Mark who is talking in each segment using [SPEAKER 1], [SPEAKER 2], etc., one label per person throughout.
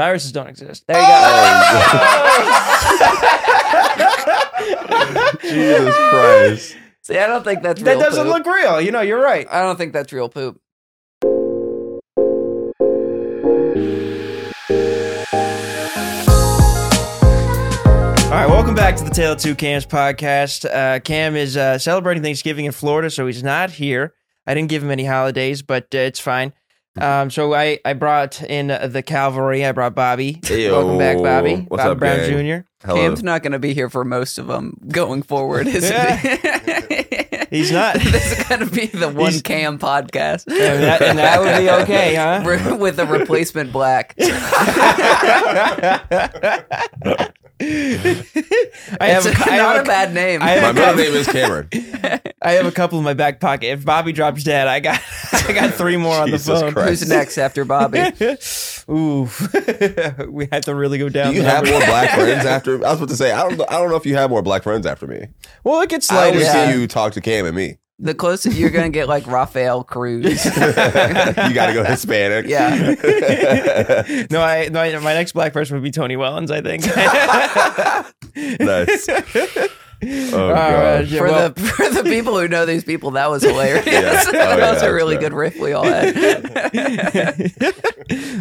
[SPEAKER 1] Viruses don't exist. There you go.
[SPEAKER 2] Jesus Christ.
[SPEAKER 3] See, I don't think that's real
[SPEAKER 1] that doesn't
[SPEAKER 3] poop.
[SPEAKER 1] look real. You know, you're right.
[SPEAKER 3] I don't think that's real poop.
[SPEAKER 1] All right, welcome back to the Tale of Two Cams podcast. Uh, Cam is uh, celebrating Thanksgiving in Florida, so he's not here. I didn't give him any holidays, but uh, it's fine. Um, so I, I brought in uh, the cavalry. I brought Bobby.
[SPEAKER 2] Ayo.
[SPEAKER 1] Welcome back, Bobby.
[SPEAKER 2] What's
[SPEAKER 1] Bobby
[SPEAKER 2] up,
[SPEAKER 1] Brown
[SPEAKER 2] gang?
[SPEAKER 1] Jr.
[SPEAKER 2] Hello.
[SPEAKER 3] Cam's not going to be here for most of them going forward, isn't he?
[SPEAKER 1] He's not.
[SPEAKER 3] this is going to be the one
[SPEAKER 1] He's-
[SPEAKER 3] Cam podcast.
[SPEAKER 1] And that, and that would be okay, huh?
[SPEAKER 3] Re- With a replacement black.
[SPEAKER 1] I
[SPEAKER 3] It's
[SPEAKER 1] have, a, I,
[SPEAKER 3] not
[SPEAKER 1] have
[SPEAKER 3] a,
[SPEAKER 1] a,
[SPEAKER 3] bad name.
[SPEAKER 1] I
[SPEAKER 2] My
[SPEAKER 1] have-
[SPEAKER 2] middle name is Cameron.
[SPEAKER 1] I have a couple in my back pocket. If Bobby drops dead, I got I got three more on the
[SPEAKER 2] Jesus
[SPEAKER 1] phone.
[SPEAKER 2] Christ.
[SPEAKER 3] Who's next after Bobby?
[SPEAKER 1] Ooh, we had to really go down.
[SPEAKER 2] Do you
[SPEAKER 1] the
[SPEAKER 2] have
[SPEAKER 1] numbers.
[SPEAKER 2] more black friends after? I was about to say I don't. know- I don't know if you have more black friends after me.
[SPEAKER 1] well, it gets
[SPEAKER 2] I
[SPEAKER 1] later.
[SPEAKER 2] always
[SPEAKER 3] Yeah.
[SPEAKER 2] see you talk to Cam and me.
[SPEAKER 3] The closest you're going to get like Raphael Cruz.
[SPEAKER 2] you got to go Hispanic.
[SPEAKER 3] Yeah.
[SPEAKER 1] no, I no, I, my next black person would be Tony Wellens, I think.
[SPEAKER 2] nice. Oh
[SPEAKER 1] All right,
[SPEAKER 2] gosh.
[SPEAKER 1] yeah,
[SPEAKER 3] For
[SPEAKER 1] well,
[SPEAKER 3] the for the people who know these people, that was hilarious.
[SPEAKER 2] Yeah.
[SPEAKER 3] that
[SPEAKER 2] Oh,
[SPEAKER 3] was
[SPEAKER 2] yeah,
[SPEAKER 3] a
[SPEAKER 2] that's
[SPEAKER 3] really
[SPEAKER 2] right.
[SPEAKER 3] good riff we all had.
[SPEAKER 1] all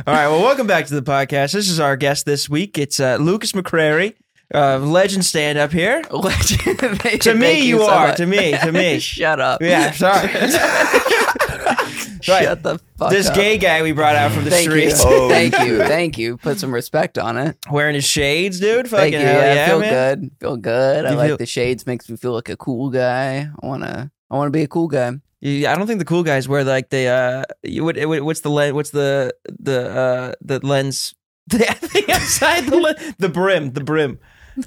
[SPEAKER 1] right, well, welcome back to the podcast. This is our guest this week. It's uh, Lucas McCrary, uh, legend stand up here.
[SPEAKER 3] Legend. Thank-
[SPEAKER 1] To me,
[SPEAKER 3] thank
[SPEAKER 1] you,
[SPEAKER 3] so
[SPEAKER 1] are.
[SPEAKER 3] much.
[SPEAKER 1] To me, to me.
[SPEAKER 3] Shut up.
[SPEAKER 1] yeah, sorry. right.
[SPEAKER 3] Shut the fuck
[SPEAKER 1] This
[SPEAKER 3] up.
[SPEAKER 1] gay guy we brought out from the
[SPEAKER 3] Thank you.
[SPEAKER 1] streets
[SPEAKER 2] Oh,
[SPEAKER 3] Thank you.
[SPEAKER 2] shit.
[SPEAKER 3] Thank you. Put some respect on it.
[SPEAKER 1] wearing his shades, dude. Fucking
[SPEAKER 3] Thank you.
[SPEAKER 1] hell
[SPEAKER 3] Yeah, I feel
[SPEAKER 1] man.
[SPEAKER 3] good. Feel good. I
[SPEAKER 1] You
[SPEAKER 3] like
[SPEAKER 1] feel-
[SPEAKER 3] the shades. Makes me feel like a cool guy. I wanna. I wanna be a cool guy.
[SPEAKER 1] You- I don't think the cool guys wear like the uh, you, what, what- what's the lens? What's the the uh, the lens? The thing outside the le- the brim, the brim.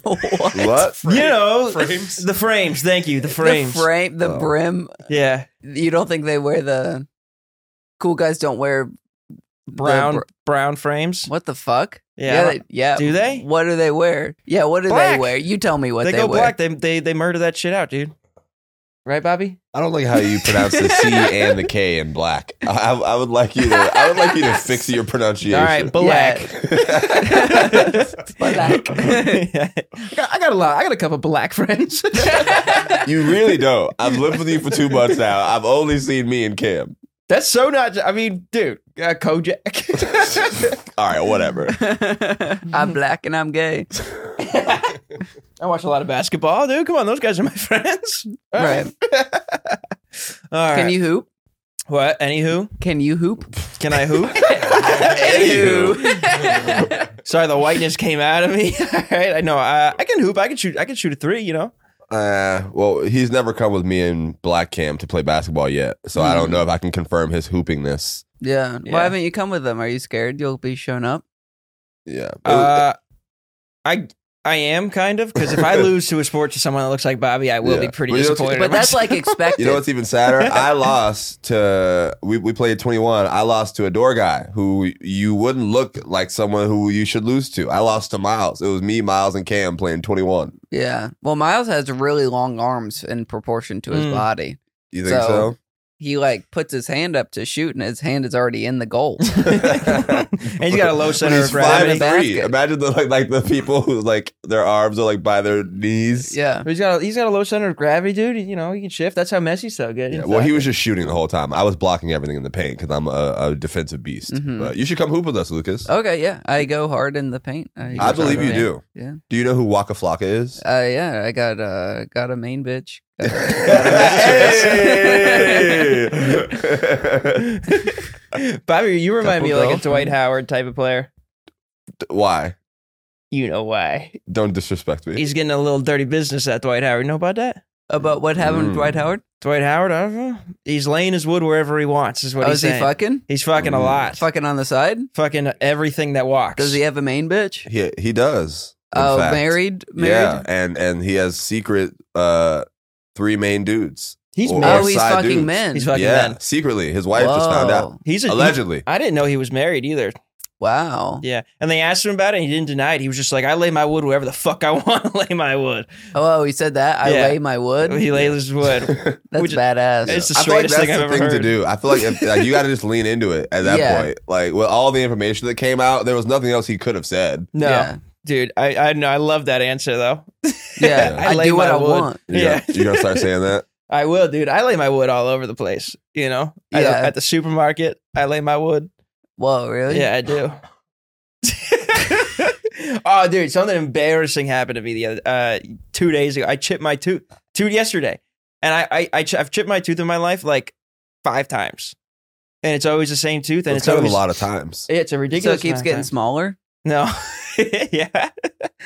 [SPEAKER 3] what?
[SPEAKER 2] What?
[SPEAKER 1] you know,
[SPEAKER 4] Frames?
[SPEAKER 1] the frames. Thank you, the frames.
[SPEAKER 3] The frame. The
[SPEAKER 2] Oh.
[SPEAKER 3] brim.
[SPEAKER 1] yeah,
[SPEAKER 3] You don't think they wear the? Cool guys don't wear the
[SPEAKER 1] brown
[SPEAKER 3] br-
[SPEAKER 1] brown frames.
[SPEAKER 3] what the fuck?
[SPEAKER 1] Yeah,
[SPEAKER 3] Yeah, they- yeah.
[SPEAKER 1] Do they?
[SPEAKER 3] What do they wear? Yeah, what do
[SPEAKER 1] Black.
[SPEAKER 3] they wear? You tell me what
[SPEAKER 1] they,
[SPEAKER 3] they,
[SPEAKER 1] go
[SPEAKER 3] wear.
[SPEAKER 1] black. They they they murder that shit out, dude. Right, Bobby?
[SPEAKER 2] I don't like how you pronounce the C and the K in black. I, I would like you to. I would like you to fix your pronunciation.
[SPEAKER 1] All right, black.
[SPEAKER 3] Black.
[SPEAKER 1] Yeah. I, got, I got a lot. I got a couple black friends.
[SPEAKER 2] you really don't. I've lived with you for two months now. I've only seen me and Cam.
[SPEAKER 1] That's so not. I mean, dude, uh, Kojak.
[SPEAKER 2] All right, whatever.
[SPEAKER 3] I'm black and I'm gay.
[SPEAKER 1] I watch a lot of basketball, dude. Come on, those guys are my friends. All
[SPEAKER 3] Right.
[SPEAKER 1] All right.
[SPEAKER 3] Can you hoop?
[SPEAKER 1] what? Anywho,
[SPEAKER 3] Can you hoop?
[SPEAKER 1] can I hoop? Sorry, the whiteness came out of me. All right, I know. Uh, I can hoop. I can shoot. I can shoot a three. You know.
[SPEAKER 2] Uh, well, he's never come with me and Black Cam to play basketball yet, so I
[SPEAKER 1] Hmm.
[SPEAKER 2] don't know if I can confirm his hoopingness.
[SPEAKER 3] yeah.
[SPEAKER 1] Yeah.
[SPEAKER 3] Why haven't you come with them? Are you scared you'll be shown up?
[SPEAKER 2] Yeah,
[SPEAKER 1] Uh, I I am kind of because if I lose to a sport to someone that looks like Bobby, I will
[SPEAKER 2] Yeah.
[SPEAKER 1] be pretty
[SPEAKER 2] But you know what's-
[SPEAKER 1] disappointed.
[SPEAKER 3] But
[SPEAKER 1] in
[SPEAKER 3] that's
[SPEAKER 1] myself.
[SPEAKER 3] like expected.
[SPEAKER 2] You know what's even sadder? I lost to we, we played 21. I lost to a door guy who you wouldn't look like someone who you should lose to. I lost to Miles. It was me, Miles, and Cam playing 21.
[SPEAKER 3] yeah. Well, Miles has really long arms in proportion to his
[SPEAKER 1] Mm.
[SPEAKER 3] body.
[SPEAKER 2] You think
[SPEAKER 3] So-
[SPEAKER 2] so?
[SPEAKER 3] He like puts his hand up to shoot, and his hand is already in the goal.
[SPEAKER 1] and he's got a low
[SPEAKER 2] When
[SPEAKER 1] center
[SPEAKER 2] he's
[SPEAKER 1] of
[SPEAKER 2] five
[SPEAKER 1] gravity.
[SPEAKER 2] and
[SPEAKER 3] Basket.
[SPEAKER 2] three. Imagine the like like the people who like their arms are like by their knees.
[SPEAKER 3] yeah.
[SPEAKER 1] He's got a, he's got a low center of gravity, dude. You know he can shift. That's how Messi's so good.
[SPEAKER 2] Yeah, well, he was just shooting the whole time. I was blocking everything in the paint because I'm a, a defensive beast.
[SPEAKER 3] Mhm.
[SPEAKER 2] But you should come hoop with us, Lucas.
[SPEAKER 3] Okay. Yeah. I go hard in the paint.
[SPEAKER 2] I believe you
[SPEAKER 3] Yeah.
[SPEAKER 2] do.
[SPEAKER 3] Yeah.
[SPEAKER 2] Do you know who Waka Flocka is?
[SPEAKER 3] Uh, yeah, I got uh, got a main bitch. Got a-
[SPEAKER 2] Hey!
[SPEAKER 1] Bobby, you remind me of like a
[SPEAKER 3] Couple
[SPEAKER 1] Dwight Howard type of player.
[SPEAKER 2] Why?
[SPEAKER 1] You know why?
[SPEAKER 2] Don't disrespect me.
[SPEAKER 1] He's getting a little dirty business at Dwight Howard. You know about that?
[SPEAKER 3] About what happened with
[SPEAKER 2] Mm.
[SPEAKER 3] Dwight Howard?
[SPEAKER 1] Dwight Howard, I don't know. He's laying his wood wherever he wants, is what
[SPEAKER 3] oh,
[SPEAKER 1] he's
[SPEAKER 3] is he
[SPEAKER 1] saying.
[SPEAKER 3] fucking?
[SPEAKER 1] he's fucking a
[SPEAKER 2] Mm.
[SPEAKER 1] lot.
[SPEAKER 3] Fucking on the side?
[SPEAKER 1] Fucking everything that walks.
[SPEAKER 3] Does he have a main bitch?
[SPEAKER 2] He he does. in
[SPEAKER 3] Oh,
[SPEAKER 2] fact.
[SPEAKER 3] married, married.
[SPEAKER 2] Yeah, and and he has secret uh three main dudes.
[SPEAKER 1] he's
[SPEAKER 2] Or-
[SPEAKER 1] married.
[SPEAKER 3] Oh, he's
[SPEAKER 2] side
[SPEAKER 3] fucking
[SPEAKER 2] dudes.
[SPEAKER 3] men.
[SPEAKER 1] He's fucking
[SPEAKER 2] yeah,
[SPEAKER 1] men.
[SPEAKER 2] secretly, his wife just found out.
[SPEAKER 1] He's a,
[SPEAKER 2] Allegedly,
[SPEAKER 1] I didn't know he was married either.
[SPEAKER 3] Wow.
[SPEAKER 1] Yeah. And they asked him about it and he didn't deny it. He was just like, I lay my wood wherever the fuck I want to lay my wood.
[SPEAKER 3] Oh, he said that. I
[SPEAKER 1] Yeah.
[SPEAKER 3] lay my wood.
[SPEAKER 1] He lays his wood.
[SPEAKER 3] That's
[SPEAKER 1] which-
[SPEAKER 3] badass.
[SPEAKER 1] It's the
[SPEAKER 2] I feel like
[SPEAKER 1] straightest
[SPEAKER 2] that's
[SPEAKER 1] thing I've
[SPEAKER 2] the
[SPEAKER 1] ever
[SPEAKER 2] thing
[SPEAKER 1] heard.
[SPEAKER 2] to do. I feel like, if, like you got to just lean into it at that
[SPEAKER 3] Yeah.
[SPEAKER 2] point. Like with all the information that came out, there was nothing else he could have said.
[SPEAKER 1] No,
[SPEAKER 3] Yeah.
[SPEAKER 1] dude, I I know I love that answer though.
[SPEAKER 3] Yeah.
[SPEAKER 1] I
[SPEAKER 3] I,
[SPEAKER 1] lay
[SPEAKER 3] do what
[SPEAKER 1] my
[SPEAKER 3] I
[SPEAKER 1] wood.
[SPEAKER 3] want.
[SPEAKER 2] You
[SPEAKER 1] Yeah.
[SPEAKER 2] Gonna, you gonna start saying that?
[SPEAKER 1] I will, dude. I lay my wood all over the place. You know, At the-
[SPEAKER 3] Yeah.
[SPEAKER 1] at, the supermarket, I lay my wood.
[SPEAKER 3] Whoa, really?
[SPEAKER 1] Yeah, I do. oh, dude, something embarrassing happened to me the other uh, two days ago. I chipped my tooth, tooth yesterday, and I, I, I ch- I've chipped my tooth in my life like five times, and it's always the same tooth, and it's,
[SPEAKER 2] It's kind of
[SPEAKER 1] always
[SPEAKER 2] a lot of times.
[SPEAKER 1] It's a
[SPEAKER 3] So
[SPEAKER 1] ridiculous.
[SPEAKER 3] it keeps
[SPEAKER 1] amount of
[SPEAKER 3] getting
[SPEAKER 1] time.
[SPEAKER 3] smaller.
[SPEAKER 1] No. yeah.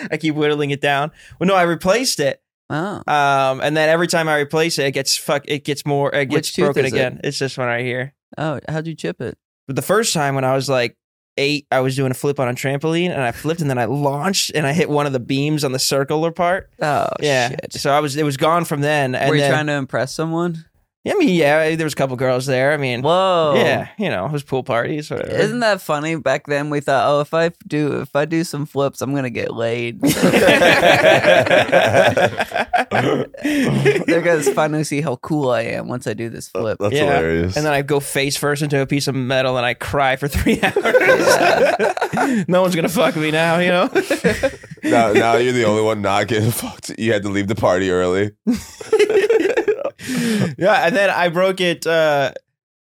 [SPEAKER 1] I keep whittling it down. Well, no, I replaced it.
[SPEAKER 3] Wow.
[SPEAKER 1] Um, and then every time I replace it, it gets fuck it gets more it
[SPEAKER 3] Which
[SPEAKER 1] gets
[SPEAKER 3] tooth
[SPEAKER 1] broken
[SPEAKER 3] is it?
[SPEAKER 1] again. It's this one right here.
[SPEAKER 3] Oh, how'd you chip it?
[SPEAKER 1] But the first time when I was like eight, I was doing a flip on a trampoline and I flipped and then I launched and I hit one of the beams on the circular part.
[SPEAKER 3] Oh,
[SPEAKER 1] yeah.
[SPEAKER 3] shit.
[SPEAKER 1] So I was it was gone from then. And
[SPEAKER 3] Were you
[SPEAKER 1] then,
[SPEAKER 3] trying to impress someone?
[SPEAKER 1] I mean, yeah, there was a couple girls there. I mean
[SPEAKER 3] Whoa.
[SPEAKER 1] Yeah, you know, it was pool parties, whatever.
[SPEAKER 3] Isn't that funny? Back then we thought, oh, if I do if I do some flips, I'm gonna get laid. They're gonna finally see how cool I am once I do this
[SPEAKER 1] Uh,
[SPEAKER 3] flip.
[SPEAKER 2] That's
[SPEAKER 1] Yeah.
[SPEAKER 2] hilarious.
[SPEAKER 1] And then I go face first into a piece of metal and I cry for three
[SPEAKER 3] Yeah.
[SPEAKER 1] hours. no one's gonna fuck me now, you know.
[SPEAKER 2] now, now you're the only one not getting fucked. You had to leave the party early.
[SPEAKER 1] yeah, and then I broke it. Uh,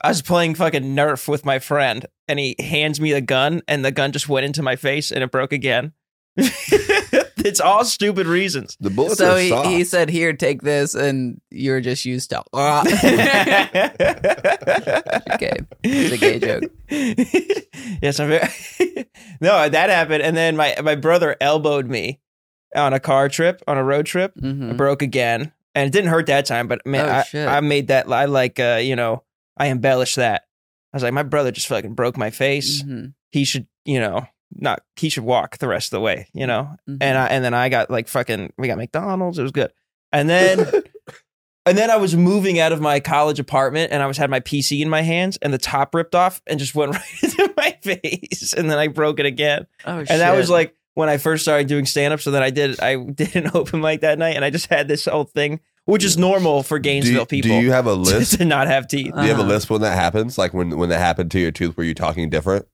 [SPEAKER 1] I was playing fucking Nerf with my friend, and he hands me the gun, and the gun just went into my face, and it broke again. it's all stupid reasons.
[SPEAKER 2] The bullets
[SPEAKER 3] So
[SPEAKER 2] are
[SPEAKER 3] he,
[SPEAKER 2] soft.
[SPEAKER 3] he said, "Here, take this," and you're just used to. okay, it's a gay joke.
[SPEAKER 1] yes, I'm very. no, that happened, and then my my brother elbowed me on a car trip, on a road trip. I
[SPEAKER 3] Mhm.
[SPEAKER 1] broke again, and it didn't hurt that time. But man,
[SPEAKER 3] Oh,
[SPEAKER 1] I,
[SPEAKER 3] shit.
[SPEAKER 1] I made that. I like, uh, you know, I embellished that. I was like, my brother just fucking broke my face.
[SPEAKER 3] Mhm.
[SPEAKER 1] He should, you know, not he should walk the rest of the way, you know.
[SPEAKER 3] Mhm.
[SPEAKER 1] And I and then I got like fucking. We got McDonald's. It was good. And then. And then I was moving out of my college apartment, and I was had my PC in my hands, and the top ripped off and just went right into my face, and then I broke it again
[SPEAKER 3] oh,
[SPEAKER 1] and that was
[SPEAKER 3] shit.
[SPEAKER 1] like when I first started doing stand up. So then I did I did an open mic that night, and I just had this whole thing, which is normal for Gainesville
[SPEAKER 2] do,
[SPEAKER 1] people
[SPEAKER 2] Do you have a list?
[SPEAKER 1] to not have teeth.
[SPEAKER 2] Do you have a
[SPEAKER 3] Uh-huh.
[SPEAKER 2] list when that happens? Like when when that happened to your tooth? Were you talking different?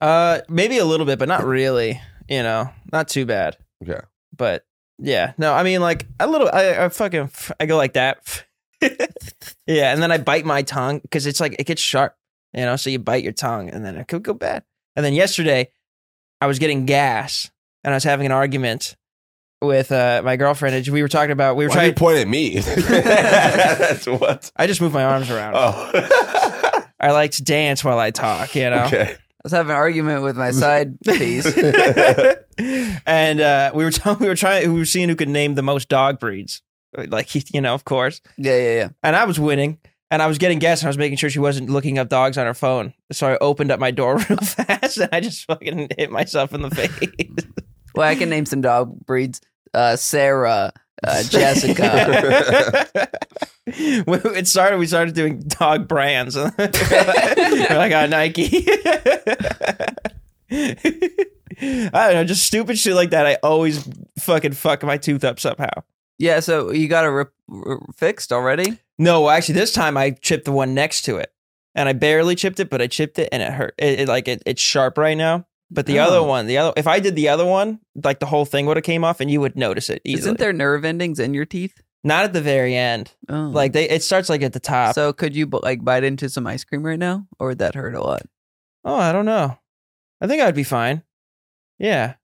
[SPEAKER 1] Uh, maybe a little bit, but not really. You know, not too bad.
[SPEAKER 2] Okay.
[SPEAKER 1] but yeah, no, I mean like a little. I, I fucking I go like that. yeah, and then I bite my tongue because it's like it gets sharp, you know. So you bite your tongue, and then it could go bad. And then yesterday, I was getting gas, and I was having an argument with uh, my girlfriend, and we were talking about we were
[SPEAKER 2] Why do you
[SPEAKER 1] trying.
[SPEAKER 2] point at me? That's what.
[SPEAKER 1] I just move my arms around.
[SPEAKER 2] Oh.
[SPEAKER 1] I like to dance while I talk, you know.
[SPEAKER 2] Okay.
[SPEAKER 3] I was having an argument with my side piece.
[SPEAKER 1] and uh, we were t- we were trying we were seeing who could name the most dog breeds, like you know, of course.
[SPEAKER 3] Yeah, yeah, yeah.
[SPEAKER 1] and I was winning. And I was getting gas, and I was making sure she wasn't looking up dogs on her phone. So I opened up my door real fast, and I just fucking hit myself in the face.
[SPEAKER 3] Well, I can name some dog breeds: uh, Sarah, uh, Jessica.
[SPEAKER 1] When it started. We started doing dog brands. We're like on Nike. I don't know, just stupid shit like that. I always fucking fuck my tooth up somehow.
[SPEAKER 3] yeah, so you got it re- re- fixed already.
[SPEAKER 1] No, well, actually, this time I chipped the one next to it, and I barely chipped it, but I chipped it, and it hurt. It, it like it, it's sharp right now. But the
[SPEAKER 3] Oh.
[SPEAKER 1] other one, the other, if I did the other one, like the whole thing would have came off, and you would notice it easily.
[SPEAKER 3] Isn't there nerve endings in your teeth?
[SPEAKER 1] Not at the very end.
[SPEAKER 3] Oh.
[SPEAKER 1] Like uh, they, it starts like at the top.
[SPEAKER 3] so could you bu- like bite into some ice cream right now, or would that hurt a lot?
[SPEAKER 1] oh, I don't know. I think I'd be fine. Yeah,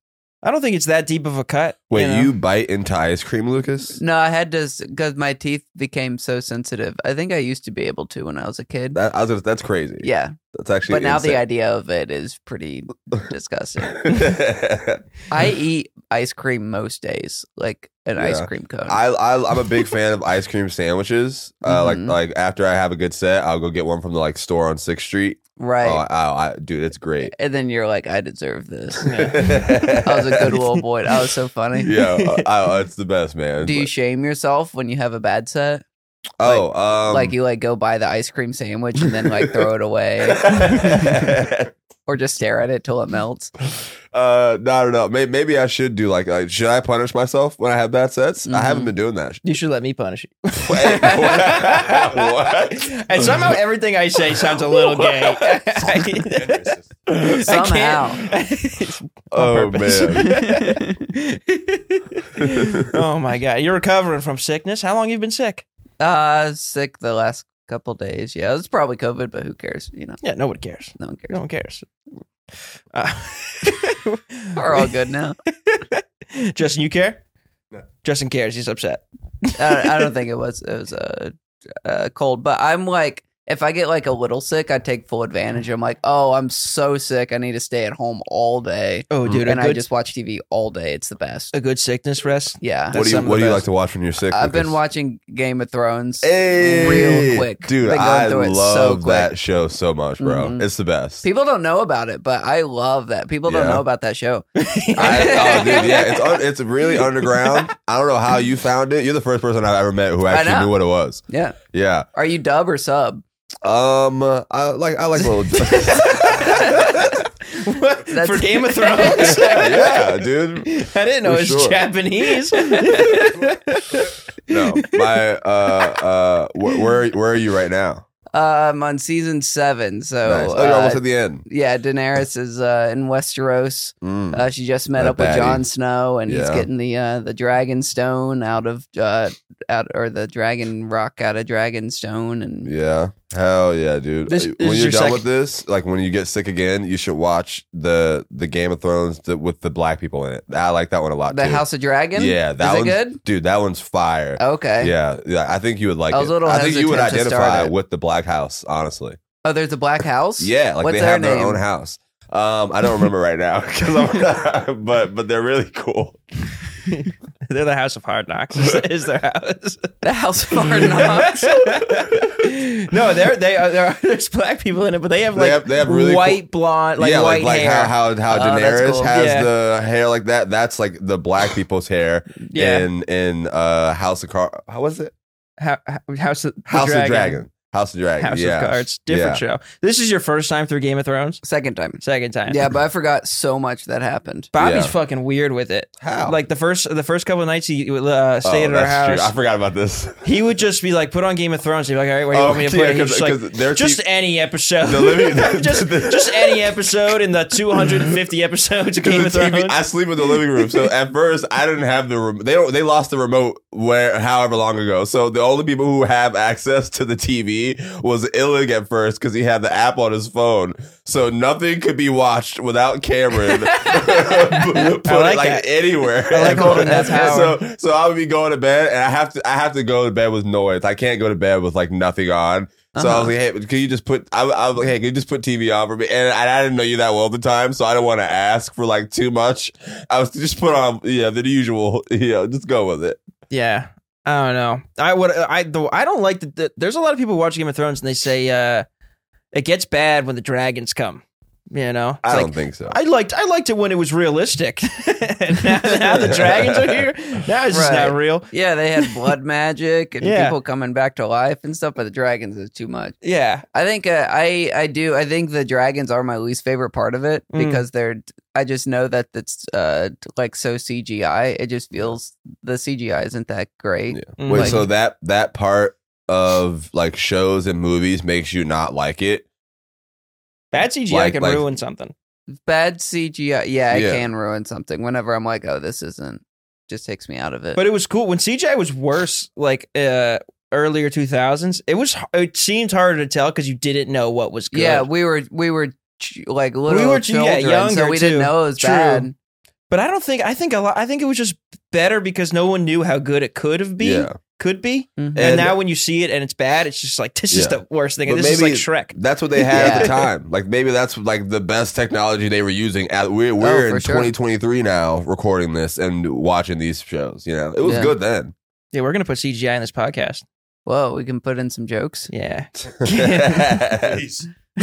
[SPEAKER 1] I don't think it's that deep of a cut.
[SPEAKER 2] Wait,
[SPEAKER 1] know?
[SPEAKER 2] you bite into ice cream, Lucas?
[SPEAKER 3] No, I had to because my teeth became so sensitive. I think I used to be able to when I was a kid.
[SPEAKER 2] That, I was gonna, that's crazy.
[SPEAKER 3] yeah,
[SPEAKER 2] That's actually.
[SPEAKER 3] but now the idea of it is pretty disgusting.
[SPEAKER 2] the.
[SPEAKER 3] I eat ice cream most days, like an ice
[SPEAKER 2] Yeah.
[SPEAKER 3] cream cone.
[SPEAKER 2] I, I I'm a big fan of ice cream sandwiches. Uh,
[SPEAKER 3] Mhm.
[SPEAKER 2] Like like after I have a good set, I'll go get one from the like store on Sixth Street.
[SPEAKER 3] right,
[SPEAKER 2] Oh, I, I, dude, it's great.
[SPEAKER 3] and then you're like, I deserve this.
[SPEAKER 2] Yeah.
[SPEAKER 3] I was a good little boy. I was so funny.
[SPEAKER 2] yeah, I, I- it's the best, man.
[SPEAKER 3] Do you
[SPEAKER 2] But-
[SPEAKER 3] shame yourself when you have a bad set?
[SPEAKER 2] oh, um,
[SPEAKER 3] like you like go buy the ice cream sandwich and then like throw it away, or just stare at it till it melts.
[SPEAKER 2] Uh, no, I don't know. Maybe, maybe I should do like, uh, should I punish myself when I have bad sets? I haven't
[SPEAKER 3] Mhm.
[SPEAKER 2] been doing that.
[SPEAKER 1] You should let me punish you.
[SPEAKER 2] Wait, what?
[SPEAKER 1] And somehow everything I say sounds a little gay.
[SPEAKER 3] Oh,
[SPEAKER 1] I can't-
[SPEAKER 2] oh
[SPEAKER 1] on purpose.
[SPEAKER 2] man,
[SPEAKER 1] oh my god, you're recovering from sickness. How long you been sick?
[SPEAKER 3] uh, sick the last couple days. Yeah, it's probably COVID, but who cares? You know,
[SPEAKER 1] Yeah, nobody cares.
[SPEAKER 3] no one cares.
[SPEAKER 1] No one cares. Uh,
[SPEAKER 3] We're all good now.
[SPEAKER 1] Justin, you care?
[SPEAKER 2] No.
[SPEAKER 1] Justin cares. He's upset.
[SPEAKER 3] I, I don't think it was it was a, a cold, but I'm like, if I get like a little sick, I take full advantage. I'm like, oh, I'm so sick. I need to stay at home all day,
[SPEAKER 1] Oh,
[SPEAKER 2] Mm,
[SPEAKER 1] dude,
[SPEAKER 3] and
[SPEAKER 1] a good
[SPEAKER 3] I just watch TV all day. It's the best.
[SPEAKER 1] a good sickness rest.
[SPEAKER 3] Yeah,
[SPEAKER 2] what do you
[SPEAKER 1] some of
[SPEAKER 2] what
[SPEAKER 1] the
[SPEAKER 2] do you
[SPEAKER 1] best.
[SPEAKER 2] like to watch when you're sick?
[SPEAKER 3] I've been
[SPEAKER 2] Lucas?
[SPEAKER 3] watching Game of Thrones.
[SPEAKER 2] Hey,
[SPEAKER 3] real quick.
[SPEAKER 2] dude.
[SPEAKER 3] Been going
[SPEAKER 2] I
[SPEAKER 3] through it so
[SPEAKER 2] love
[SPEAKER 3] quick.
[SPEAKER 2] that show so much, bro.
[SPEAKER 3] Mhm.
[SPEAKER 2] It's the best.
[SPEAKER 3] People don't know about it, but I love that. People don't
[SPEAKER 2] Yeah.
[SPEAKER 3] know about that show.
[SPEAKER 2] I, oh, dude, yeah, it's un, it's really underground. I don't know how you found it. You're the first person I've ever met who
[SPEAKER 3] I
[SPEAKER 2] actually
[SPEAKER 3] know.
[SPEAKER 2] knew what it was.
[SPEAKER 3] Yeah.
[SPEAKER 2] Yeah.
[SPEAKER 3] Are you dub or sub?
[SPEAKER 2] Um. I like I like little.
[SPEAKER 3] That's-
[SPEAKER 1] For Game of Thrones.
[SPEAKER 2] yeah, dude.
[SPEAKER 1] I didn't know
[SPEAKER 2] For
[SPEAKER 1] it's
[SPEAKER 2] sure.
[SPEAKER 1] Japanese.
[SPEAKER 2] No, my uh uh. Wh- where where are you right now?
[SPEAKER 3] Um, on season seven. So
[SPEAKER 2] Nice. Oh, you're
[SPEAKER 3] uh,
[SPEAKER 2] almost at the end.
[SPEAKER 3] yeah, Daenerys is uh, in Westeros.
[SPEAKER 2] Mm.
[SPEAKER 3] Uh, she just met
[SPEAKER 2] That
[SPEAKER 3] up with
[SPEAKER 2] baddie.
[SPEAKER 3] Jon Snow, and he's
[SPEAKER 2] Yeah.
[SPEAKER 3] getting the uh, the Dragon Stone out of uh, out or the Dragon Rock out of Dragon Stone, and
[SPEAKER 2] Yeah. Hell yeah, dude.
[SPEAKER 1] This-
[SPEAKER 2] Uh,
[SPEAKER 1] this
[SPEAKER 2] when
[SPEAKER 1] is
[SPEAKER 2] you're
[SPEAKER 1] your
[SPEAKER 2] done
[SPEAKER 1] sec-
[SPEAKER 2] with this, like when you get sick again, you should watch the the Game of Thrones th- with the black people in it. I like that one a lot.
[SPEAKER 3] the
[SPEAKER 2] too.
[SPEAKER 3] House of Dragon.
[SPEAKER 2] Yeah, that
[SPEAKER 3] is it
[SPEAKER 2] one's-
[SPEAKER 3] good?
[SPEAKER 2] Dude, that one's fire.
[SPEAKER 3] Okay.
[SPEAKER 2] Yeah, yeah, I think you would like
[SPEAKER 3] I was a
[SPEAKER 2] it.
[SPEAKER 3] little
[SPEAKER 2] I think you would
[SPEAKER 3] hesitant to start
[SPEAKER 2] identify
[SPEAKER 3] it.
[SPEAKER 2] with the Black House, honestly.
[SPEAKER 3] Oh, there's a Black House.
[SPEAKER 2] Yeah, like
[SPEAKER 3] What's
[SPEAKER 2] they
[SPEAKER 3] their
[SPEAKER 2] have their
[SPEAKER 3] name?
[SPEAKER 2] own house. Um, I don't remember right now 'cause I'm not- but but they're really cool.
[SPEAKER 1] They're the House of Hard Knocks. Is, is their house?
[SPEAKER 3] the House of Hard
[SPEAKER 2] Uh-huh.
[SPEAKER 3] Knocks.
[SPEAKER 1] no, they're they are, there are there's black people in it, but they have
[SPEAKER 2] They
[SPEAKER 1] like
[SPEAKER 2] have- they have really
[SPEAKER 1] white blonde, like
[SPEAKER 2] yeah,
[SPEAKER 1] white
[SPEAKER 2] like, like
[SPEAKER 1] hair.
[SPEAKER 2] how how, how
[SPEAKER 3] Oh, that's
[SPEAKER 2] Daenerys
[SPEAKER 3] cool.
[SPEAKER 2] has
[SPEAKER 1] Yeah.
[SPEAKER 2] the hair like that. That's like the black people's hair
[SPEAKER 1] Yeah.
[SPEAKER 2] in in uh, House of Car. How was it?
[SPEAKER 1] How, how, House of
[SPEAKER 2] House
[SPEAKER 1] Dragon.
[SPEAKER 2] of Dragon. House of Dragon.
[SPEAKER 1] House
[SPEAKER 2] yeah.
[SPEAKER 1] of Cards. Different
[SPEAKER 2] Yeah.
[SPEAKER 1] show. This is your first time through Game of Thrones.
[SPEAKER 3] Second time.
[SPEAKER 1] Second time.
[SPEAKER 3] Yeah, but I forgot so much that happened.
[SPEAKER 1] Bobby's
[SPEAKER 2] Yeah.
[SPEAKER 1] fucking weird with it.
[SPEAKER 2] How?
[SPEAKER 1] Like the first the first couple of nights he uh,
[SPEAKER 2] Oh,
[SPEAKER 1] stayed at our
[SPEAKER 2] that's true. I
[SPEAKER 1] house,
[SPEAKER 2] forgot about this.
[SPEAKER 1] he would just be like, "Put on Game of Thrones." He'd be like, "All right, where do you want me to
[SPEAKER 2] Oh, yeah,
[SPEAKER 1] play?" He'd
[SPEAKER 2] 'cause-
[SPEAKER 1] just like,
[SPEAKER 2] 'cause their
[SPEAKER 1] just
[SPEAKER 2] TV
[SPEAKER 1] any episode.
[SPEAKER 2] No, let me-
[SPEAKER 1] just just any episode in the 250 episodes of Game of
[SPEAKER 2] Because the TV,
[SPEAKER 1] Thrones.
[SPEAKER 2] I sleep in the living room. So at first, I didn't have the rem- they don't they lost the remote where however long ago. So the only people who have access to the TV was Illig at first because he had the app on his phone. So nothing could be watched without Cameron. put
[SPEAKER 1] I like
[SPEAKER 2] it like
[SPEAKER 1] that.
[SPEAKER 2] anywhere.
[SPEAKER 1] I like holding that power.
[SPEAKER 2] So so I would be going to bed and I have to I have to go to bed with noise. I can't go to bed with like nothing on. So I was like, hey, can you just put? I, I was like, hey, can you just put TV on for me? And I, I didn't know you that well at the time, so I didn't want to ask for like too much. I was just put on, yeah, the usual, yeah, just go with it.
[SPEAKER 1] yeah, I don't know. I would. uh, I though I don't like that. The, there's a lot of people watch Game of Thrones and they say uh, it gets bad when the dragons come. You know, It's
[SPEAKER 2] I
[SPEAKER 1] like,
[SPEAKER 2] don't think so.
[SPEAKER 1] I liked I liked it when it was realistic. And now, now the dragons are here. Now it's just
[SPEAKER 3] Right.
[SPEAKER 1] not real.
[SPEAKER 3] Yeah, they had blood magic and
[SPEAKER 1] Yeah.
[SPEAKER 3] people coming back to life and stuff, but the dragons is too much.
[SPEAKER 1] Yeah,
[SPEAKER 3] I think uh, I I do I think the dragons are my least favorite part of it
[SPEAKER 1] Mm.
[SPEAKER 3] because they're I just know that it's uh like so CGI. It just feels the CGI isn't that great.
[SPEAKER 2] Yeah.
[SPEAKER 1] Mm,
[SPEAKER 2] Wait,
[SPEAKER 1] like-
[SPEAKER 2] so that that part of like shows and movies makes you not like it?
[SPEAKER 1] bad CGI
[SPEAKER 2] Like-
[SPEAKER 1] can
[SPEAKER 2] like-
[SPEAKER 1] ruin something.
[SPEAKER 3] Bad CGI, yeah, it
[SPEAKER 2] Yeah.
[SPEAKER 3] can ruin something. Whenever I'm like, oh, this isn't, just takes me out of it.
[SPEAKER 1] But it was cool when CGI was worse. Like uh, earlier 2000s, it was it seemed harder to tell because you didn't know what was good.
[SPEAKER 3] yeah, we were we were ch- like little
[SPEAKER 1] were, yeah,
[SPEAKER 3] children, so
[SPEAKER 1] younger,
[SPEAKER 3] we didn't
[SPEAKER 1] too.
[SPEAKER 3] know it was
[SPEAKER 1] True. Mm-hmm.
[SPEAKER 3] bad.
[SPEAKER 1] But I don't think I think a lot. I think it was just better because no one knew how good it could have been,
[SPEAKER 2] Yeah.
[SPEAKER 1] could be.
[SPEAKER 3] Mhm.
[SPEAKER 1] And,
[SPEAKER 2] And-
[SPEAKER 1] now when you see it and it's bad, it's just like this is
[SPEAKER 2] Yeah.
[SPEAKER 1] the worst thing. And
[SPEAKER 2] But
[SPEAKER 1] this is like
[SPEAKER 2] maybe-
[SPEAKER 1] Shrek.
[SPEAKER 2] That's what they had at
[SPEAKER 3] Yeah.
[SPEAKER 2] the time. Like maybe that's like the best technology they were using. At we're we're
[SPEAKER 3] Oh, for
[SPEAKER 2] in
[SPEAKER 3] sure.
[SPEAKER 2] 2023 now, recording this and watching these shows. You know, it was
[SPEAKER 3] Yeah.
[SPEAKER 2] good then.
[SPEAKER 1] Yeah, we're gonna put CGI in this podcast.
[SPEAKER 3] Whoa, we can put in some jokes.
[SPEAKER 1] Yeah.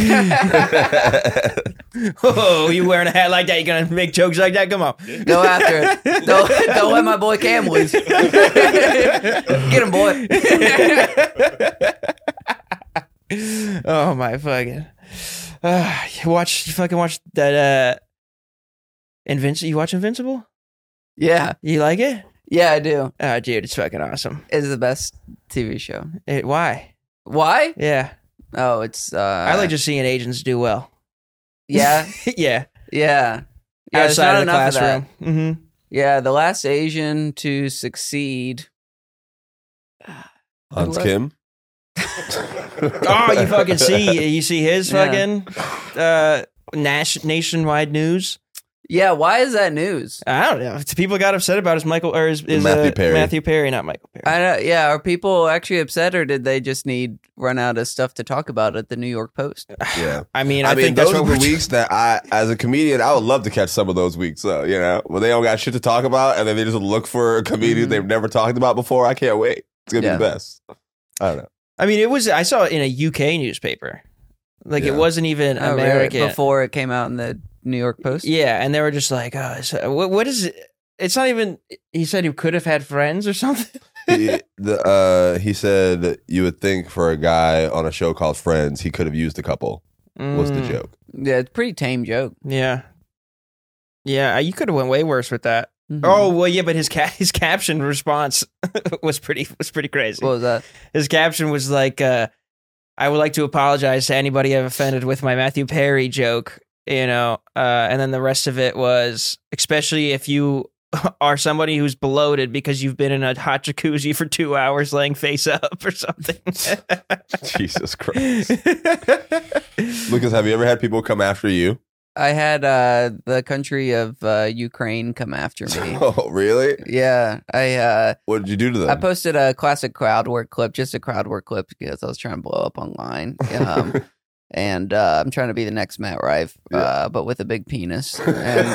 [SPEAKER 1] oh, you wearing a hat like that? You gonna make jokes like that? Come on.
[SPEAKER 3] Go after it. Don't, don't let my boy Cam lose. Get him, boy.
[SPEAKER 1] oh my fucking. Uh, you watch, you fucking watch that. uh Invincible. You watch Invincible?
[SPEAKER 3] Yeah,
[SPEAKER 1] You like it?
[SPEAKER 3] yeah, I do.
[SPEAKER 1] Oh, dude, it's fucking awesome.
[SPEAKER 3] It's the best TV show.
[SPEAKER 1] It, why?
[SPEAKER 3] Why?
[SPEAKER 1] Yeah,
[SPEAKER 3] Oh, it's. uh
[SPEAKER 1] I like just seeing agents do well.
[SPEAKER 3] Yeah,
[SPEAKER 1] yeah,
[SPEAKER 3] yeah. yeah there's
[SPEAKER 1] outside
[SPEAKER 3] not
[SPEAKER 1] of the
[SPEAKER 3] enough that.
[SPEAKER 1] classroom. hmm
[SPEAKER 3] Yeah, the last Asian to succeed.
[SPEAKER 2] Hans
[SPEAKER 3] Who was-
[SPEAKER 2] Kim.
[SPEAKER 1] Oh, you fucking see, you see his
[SPEAKER 3] Yeah.
[SPEAKER 1] fucking uh, nas- nationwide news.
[SPEAKER 3] Yeah, why is that news?
[SPEAKER 1] I don't know. It's- People got upset about is Michael or is, is
[SPEAKER 2] Matthew
[SPEAKER 1] uh,
[SPEAKER 2] Perry.
[SPEAKER 1] Matthew Perry, not Michael Perry.
[SPEAKER 3] I don't, yeah, are people actually upset, or did they just need run out of stuff to talk about at the New York Post?
[SPEAKER 1] Oh,
[SPEAKER 2] Yeah.
[SPEAKER 1] I mean, I,
[SPEAKER 2] I, mean,
[SPEAKER 1] think that's
[SPEAKER 2] those
[SPEAKER 1] what
[SPEAKER 2] are
[SPEAKER 1] we're
[SPEAKER 2] the weeks that I, as a comedian, I would love to catch some of those weeks. So you know, when they don't got shit to talk about, and then they just look for a comedian
[SPEAKER 1] Mm-hmm.
[SPEAKER 3] Mhm.
[SPEAKER 2] they've never talked about before. I can't wait. It's gonna
[SPEAKER 3] Yeah.
[SPEAKER 2] be the best. I don't know.
[SPEAKER 1] I mean, it was. I saw it in a UK newspaper. Like
[SPEAKER 2] Yeah.
[SPEAKER 1] it wasn't even
[SPEAKER 3] I read it
[SPEAKER 1] American.
[SPEAKER 3] Oh, before it came out in the New York Post.
[SPEAKER 1] Yeah, and they were just like, oh, so, what, what is it? It's not even. He said he could have had friends or something.
[SPEAKER 2] he, the, uh, he said you would think for a guy on a show called Friends, he could have used a couple. Was the
[SPEAKER 1] Mm,
[SPEAKER 2] joke?
[SPEAKER 3] yeah, it's a pretty tame joke.
[SPEAKER 1] Yeah, yeah. You could have went way worse with that.
[SPEAKER 3] Mhm.
[SPEAKER 1] Oh well, yeah, but his ca- his caption response was pretty was pretty crazy.
[SPEAKER 3] what was that?
[SPEAKER 1] his caption was like, uh, "I would like to apologize to anybody I've offended with my Matthew Perry joke." You know, uh, and then the rest of it was, especially if you are somebody who's bloated because you've been in a hot jacuzzi for two hours laying face up or something.
[SPEAKER 2] Jesus Christ, Lucas, have you ever had people come after you?
[SPEAKER 3] I had uh, the country of uh, Ukraine come after me.
[SPEAKER 2] oh, really?
[SPEAKER 3] yeah, I uh,
[SPEAKER 2] What did you do to them?
[SPEAKER 3] I posted a classic crowd work clip, just a crowd work clip because I was trying to blow up online. Um, and uh, I'm trying to be the next Matt Rife,
[SPEAKER 2] Yeah.
[SPEAKER 3] uh, but with a big penis. And,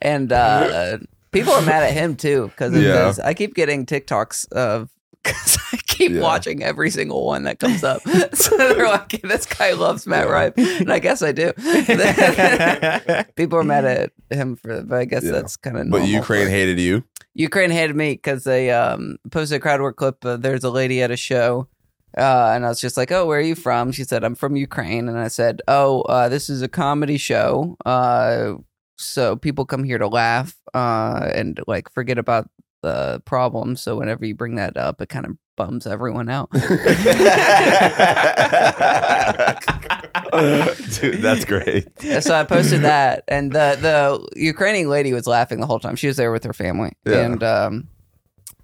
[SPEAKER 3] and uh, people are mad at him too because of
[SPEAKER 2] Yeah.
[SPEAKER 3] this. I keep getting TikToks of. Because I keep
[SPEAKER 2] Yeah.
[SPEAKER 3] watching every single one that comes up. so they're like, this guy loves Matt
[SPEAKER 2] Yeah.
[SPEAKER 3] Rife. And I guess I do. people are mad at him for that, but I guess
[SPEAKER 2] Yeah.
[SPEAKER 3] that's kind of
[SPEAKER 2] but Ukraine hated you.
[SPEAKER 3] Ukraine hated me because they um, posted a crowd work clip. Uh, There's a lady at a show, uh, and I was just like, "Oh, where are you from?" She said, "I'm from Ukraine," and I said, "Oh, uh, this is a comedy show, uh, so people come here to laugh uh, and like forget about the problem. So whenever you bring that up, it kind of bums everyone out."
[SPEAKER 2] Dude, that's great.
[SPEAKER 3] so I posted that, and the the Ukrainian lady was laughing the whole time. She was there with her family,
[SPEAKER 2] Yeah.
[SPEAKER 3] and um,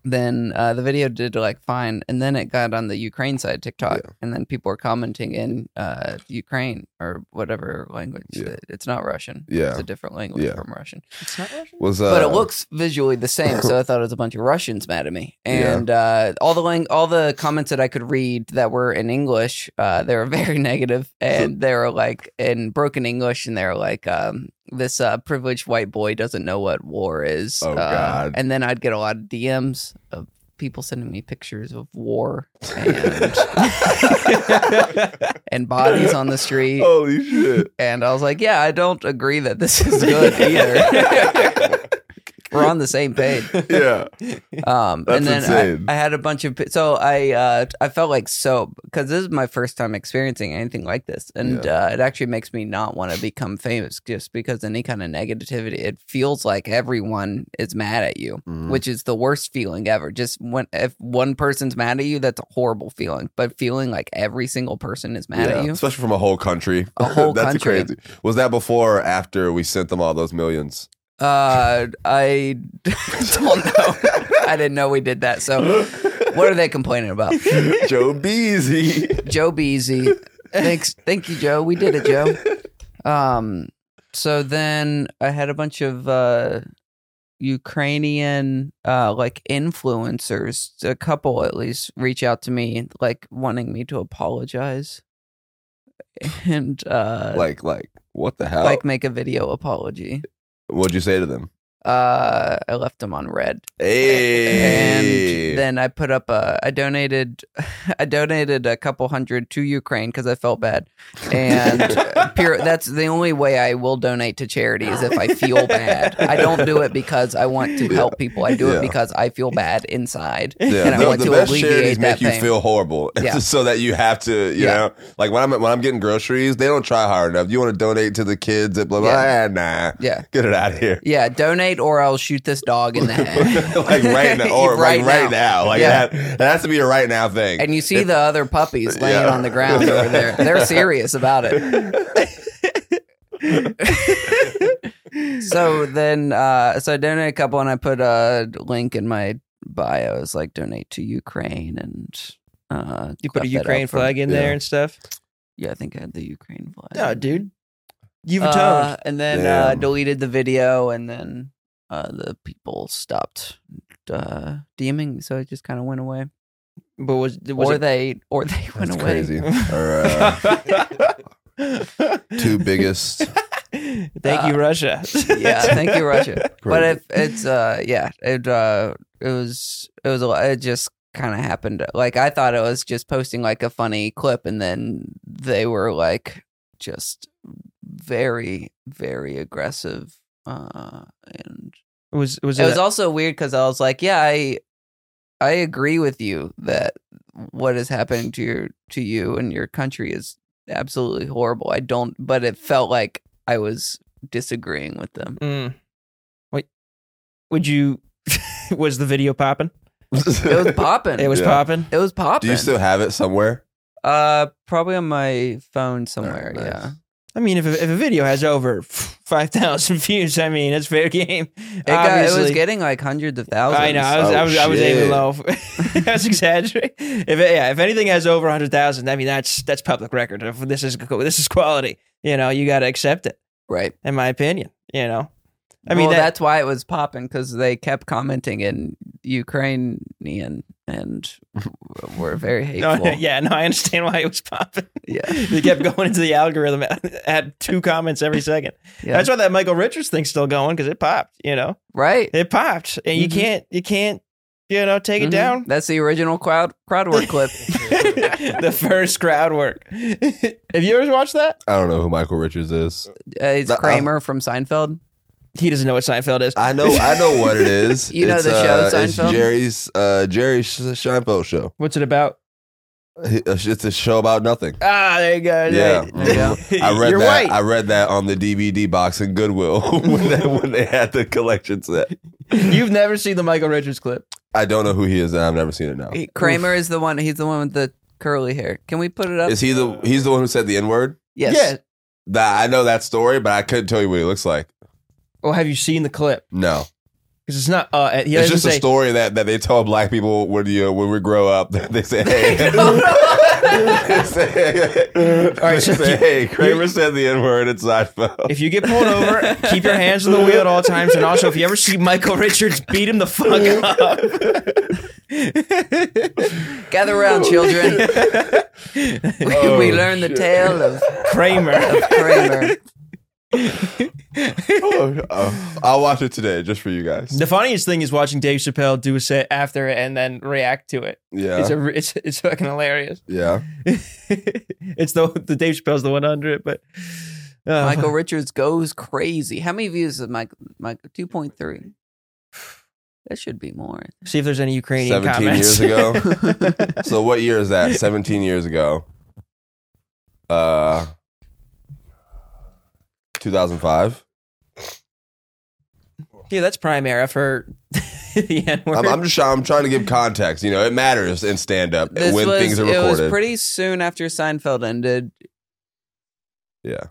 [SPEAKER 3] then uh, the video did like fine, and then it got on the Ukraine side TikTok, and then people were commenting in uh, Ukraine or whatever language.
[SPEAKER 2] Yeah.
[SPEAKER 3] It's not Russian.
[SPEAKER 2] Yeah.
[SPEAKER 3] it's a different language
[SPEAKER 2] Yeah.
[SPEAKER 3] from Russian,
[SPEAKER 1] It's not Russian?
[SPEAKER 2] Was uh,
[SPEAKER 3] but it looks visually the same. so I thought it was a bunch of Russians mad at me,
[SPEAKER 2] Yeah.
[SPEAKER 3] and uh, all the lang- all the comments that I could read that were in English, uh, they were very negative, and they were like in broken English, and they were like, um, "This uh, privileged white boy doesn't know what war is."
[SPEAKER 2] Oh,
[SPEAKER 3] Uh,
[SPEAKER 2] God.
[SPEAKER 3] And then I'd get a lot of DMs of people sending me pictures of war and and bodies on the street.
[SPEAKER 2] holy shit.
[SPEAKER 3] And I was like, yeah, I don't agree that this is good either. We're on the same page.
[SPEAKER 2] Yeah,
[SPEAKER 3] Um,
[SPEAKER 2] That's
[SPEAKER 3] and then
[SPEAKER 2] insane.
[SPEAKER 3] I, I had a bunch of, so I, uh, I felt like so, cause this is my first time experiencing anything like this. And, uh, it actually makes me not want to become famous just because any kind of negativity, it feels like everyone is mad at you,
[SPEAKER 2] Mm-hmm.
[SPEAKER 3] which is the worst feeling ever. Just when, if one person's mad at you, that's a horrible feeling, but feeling like every single person is mad
[SPEAKER 2] Yeah,
[SPEAKER 3] at you.
[SPEAKER 2] especially from a whole country.
[SPEAKER 3] A whole
[SPEAKER 2] that's
[SPEAKER 3] country.
[SPEAKER 2] crazy. Was that before or after we sent them all those millions?
[SPEAKER 3] Uh, I don't know. I didn't know we did that. So, what are they complaining about?
[SPEAKER 2] Joe Beasy.
[SPEAKER 3] Joe Beasy. Thanks, thank you, Joe. We did it, Joe. Um, so then I had a bunch of uh Ukrainian uh like influencers, a couple at least, reach out to me like wanting me to apologize and uh
[SPEAKER 2] like, like, what the hell?
[SPEAKER 3] like make a video apology.
[SPEAKER 2] What'd you say to them?
[SPEAKER 3] Uh, I left them on red,
[SPEAKER 2] Hey.
[SPEAKER 3] and then I put up a. I donated, I donated a couple hundred to Ukraine because I felt bad, and uh, pure. That's the only way I will donate to charity is if I feel bad. I don't do it because I want to help people. I do
[SPEAKER 2] Yeah.
[SPEAKER 3] it because I feel bad inside,
[SPEAKER 2] yeah,
[SPEAKER 3] and I
[SPEAKER 2] the,
[SPEAKER 3] want
[SPEAKER 2] the
[SPEAKER 3] to
[SPEAKER 2] best
[SPEAKER 3] alleviate
[SPEAKER 2] charities
[SPEAKER 3] that
[SPEAKER 2] make you
[SPEAKER 3] pain.
[SPEAKER 2] feel horrible,
[SPEAKER 3] Yeah.
[SPEAKER 2] so that you have to, you
[SPEAKER 3] Yeah.
[SPEAKER 2] know, like when I'm when I'm getting groceries, they don't try hard enough. You want to donate to the kids at blah blah,
[SPEAKER 3] Yeah.
[SPEAKER 2] blah ah, nah,
[SPEAKER 3] yeah,
[SPEAKER 2] get it out of here,
[SPEAKER 3] yeah. Donate or I'll shoot this dog in the head.
[SPEAKER 2] like right now, or like right now, like
[SPEAKER 3] Yeah.
[SPEAKER 2] that. That has to be a right now thing.
[SPEAKER 3] And you see the other puppies laying
[SPEAKER 2] Yeah.
[SPEAKER 3] on the ground over there. They're serious about it. So then, uh, so I donated a couple, and I put a link in my bio. It's like donate to Ukraine, and uh,
[SPEAKER 1] You put a
[SPEAKER 3] got that out
[SPEAKER 1] Ukraine
[SPEAKER 3] for-
[SPEAKER 1] flag in there
[SPEAKER 2] yeah.
[SPEAKER 1] and stuff.
[SPEAKER 3] Yeah, I think I had the Ukraine flag.
[SPEAKER 1] No, dude, you've atoned.
[SPEAKER 3] Uh, and then uh,
[SPEAKER 2] Damn.
[SPEAKER 3] deleted the video, and then uh, the people stopped uh, DMing me, so it just kind of went away.
[SPEAKER 1] but was was
[SPEAKER 3] or
[SPEAKER 1] it-
[SPEAKER 3] they, or they went
[SPEAKER 2] That's
[SPEAKER 3] away.
[SPEAKER 2] crazy. Our, uh, two biggest.
[SPEAKER 1] Thank you,
[SPEAKER 3] Uh,
[SPEAKER 1] Russia.
[SPEAKER 3] yeah, thank you, Russia. But
[SPEAKER 2] Crazy.
[SPEAKER 3] if it's uh, yeah, it uh, it was it was a lot- it just kind of happened. Like I thought it was just posting like a funny clip, and then they were like just very very aggressive. Uh, and
[SPEAKER 1] was was
[SPEAKER 3] it was
[SPEAKER 1] all-
[SPEAKER 3] also weird because I was like, yeah, I I agree with you that what is happening to your to you and your country is absolutely horrible. I don't, but it felt like I was disagreeing with them.
[SPEAKER 1] mm, wait? Would you? was the video popping?
[SPEAKER 3] It was popping.
[SPEAKER 1] It was
[SPEAKER 2] Yeah.
[SPEAKER 1] popping.
[SPEAKER 3] It was
[SPEAKER 2] Do
[SPEAKER 3] popping.
[SPEAKER 2] you still have it somewhere?
[SPEAKER 3] Uh, probably on my phone somewhere.
[SPEAKER 2] nice.
[SPEAKER 3] Yeah,
[SPEAKER 1] I mean, if a, if a video has over five thousand views, I mean, it's fair game.
[SPEAKER 3] it, got, it was
[SPEAKER 1] Obviously.
[SPEAKER 3] getting like hundreds of thousands.
[SPEAKER 1] I know. I was, I
[SPEAKER 2] Oh,
[SPEAKER 1] was, I was aiming
[SPEAKER 2] shit.
[SPEAKER 1] low. I was exaggerating. If it- yeah, if anything has over hundred thousand, I mean that's that's public record. If this is this is quality, you know, you got to accept it.
[SPEAKER 3] right.
[SPEAKER 1] In my opinion, you know, I
[SPEAKER 3] I
[SPEAKER 1] mean
[SPEAKER 3] mean,
[SPEAKER 1] that,
[SPEAKER 3] that's why it was popping because they kept commenting in Ukrainian and were very
[SPEAKER 1] no,
[SPEAKER 3] hateful.
[SPEAKER 1] yeah, no, I understand why it was popping.
[SPEAKER 3] yeah,
[SPEAKER 1] they kept going into the algorithm. Had two comments every second.
[SPEAKER 3] yeah.
[SPEAKER 1] That's why that Michael Richards thing's still going because it popped. You know,
[SPEAKER 3] right.
[SPEAKER 1] it popped, and you
[SPEAKER 3] Mhm.
[SPEAKER 1] can't, you can't, you know, take
[SPEAKER 3] Mhm.
[SPEAKER 1] it down.
[SPEAKER 3] That's the original crowd crowd work clip.
[SPEAKER 1] the first crowd work. Have you ever watched that?
[SPEAKER 2] I don't know who Michael Richards is.
[SPEAKER 3] Uh, it's
[SPEAKER 2] The- uh,
[SPEAKER 3] Kramer from Seinfeld.
[SPEAKER 1] He doesn't know what Seinfeld is.
[SPEAKER 2] I know, I know what it is.
[SPEAKER 3] You know
[SPEAKER 2] It's,
[SPEAKER 3] the
[SPEAKER 2] uh,
[SPEAKER 3] show, Seinfeld?
[SPEAKER 2] It's Jerry's uh, Jerry Sh- Seinfeld show.
[SPEAKER 1] What's it about?
[SPEAKER 2] He- uh, It's a show about nothing.
[SPEAKER 1] Ah, there you go.
[SPEAKER 2] Yeah,
[SPEAKER 1] Right.
[SPEAKER 2] mhm. I read
[SPEAKER 1] You're
[SPEAKER 2] that.
[SPEAKER 1] white.
[SPEAKER 2] I read that on the DVD box in Goodwill when they, when they had the collection set.
[SPEAKER 1] You've never seen the Michael Richards clip.
[SPEAKER 2] I don't know who he is, and I've never seen it now.
[SPEAKER 3] He- Kramer is the one. He's the one with the curly hair. Can we put it up?
[SPEAKER 2] Is he the? He's the one who said the N word.
[SPEAKER 3] yes.
[SPEAKER 1] Yeah.
[SPEAKER 2] That I know that story, but I couldn't tell you what he looks like.
[SPEAKER 1] Oh, have you seen the clip?
[SPEAKER 2] No,
[SPEAKER 1] Because it's not. Uh, he
[SPEAKER 2] it's
[SPEAKER 1] doesn't
[SPEAKER 2] just a
[SPEAKER 1] say.
[SPEAKER 2] story that, that they tell black people when you when we grow up. They say, "Hey, they say,
[SPEAKER 1] All right, so
[SPEAKER 2] they say,
[SPEAKER 1] you-
[SPEAKER 2] hey, Kramer said the N word It's Seinfeld."
[SPEAKER 1] If you get pulled over, keep your hands on the wheel at all times, and also if you ever see Michael Richards, beat him the fuck up.
[SPEAKER 3] Gather around, children. we,
[SPEAKER 2] Oh,
[SPEAKER 3] we learn the
[SPEAKER 2] shit.
[SPEAKER 3] tale of
[SPEAKER 1] Kramer.
[SPEAKER 3] Kramer.
[SPEAKER 2] Oh, oh, I'll watch it today just for you guys.
[SPEAKER 1] The funniest thing is watching Dave Chappelle do a set after it and then react to it.
[SPEAKER 2] Yeah,
[SPEAKER 1] It's a, it's it's fucking hilarious.
[SPEAKER 2] yeah.
[SPEAKER 1] it's the the Dave Chappelle's the one under it, but uh,
[SPEAKER 3] Michael Richards goes crazy. How many views is Mike? Mike two point three. That should be more.
[SPEAKER 1] See if there's any Ukrainian
[SPEAKER 2] 17
[SPEAKER 1] comments.
[SPEAKER 2] years ago. So what year is that? Seventeen years ago. Uh, two thousand five.
[SPEAKER 1] yeah, that's prime era for the N word.
[SPEAKER 2] I'm, I'm just I'm trying to give context. You know, it matters in stand up
[SPEAKER 3] This
[SPEAKER 2] when
[SPEAKER 3] was
[SPEAKER 2] things are
[SPEAKER 3] it was
[SPEAKER 2] recorded.
[SPEAKER 3] pretty soon after Seinfeld ended.
[SPEAKER 2] yeah.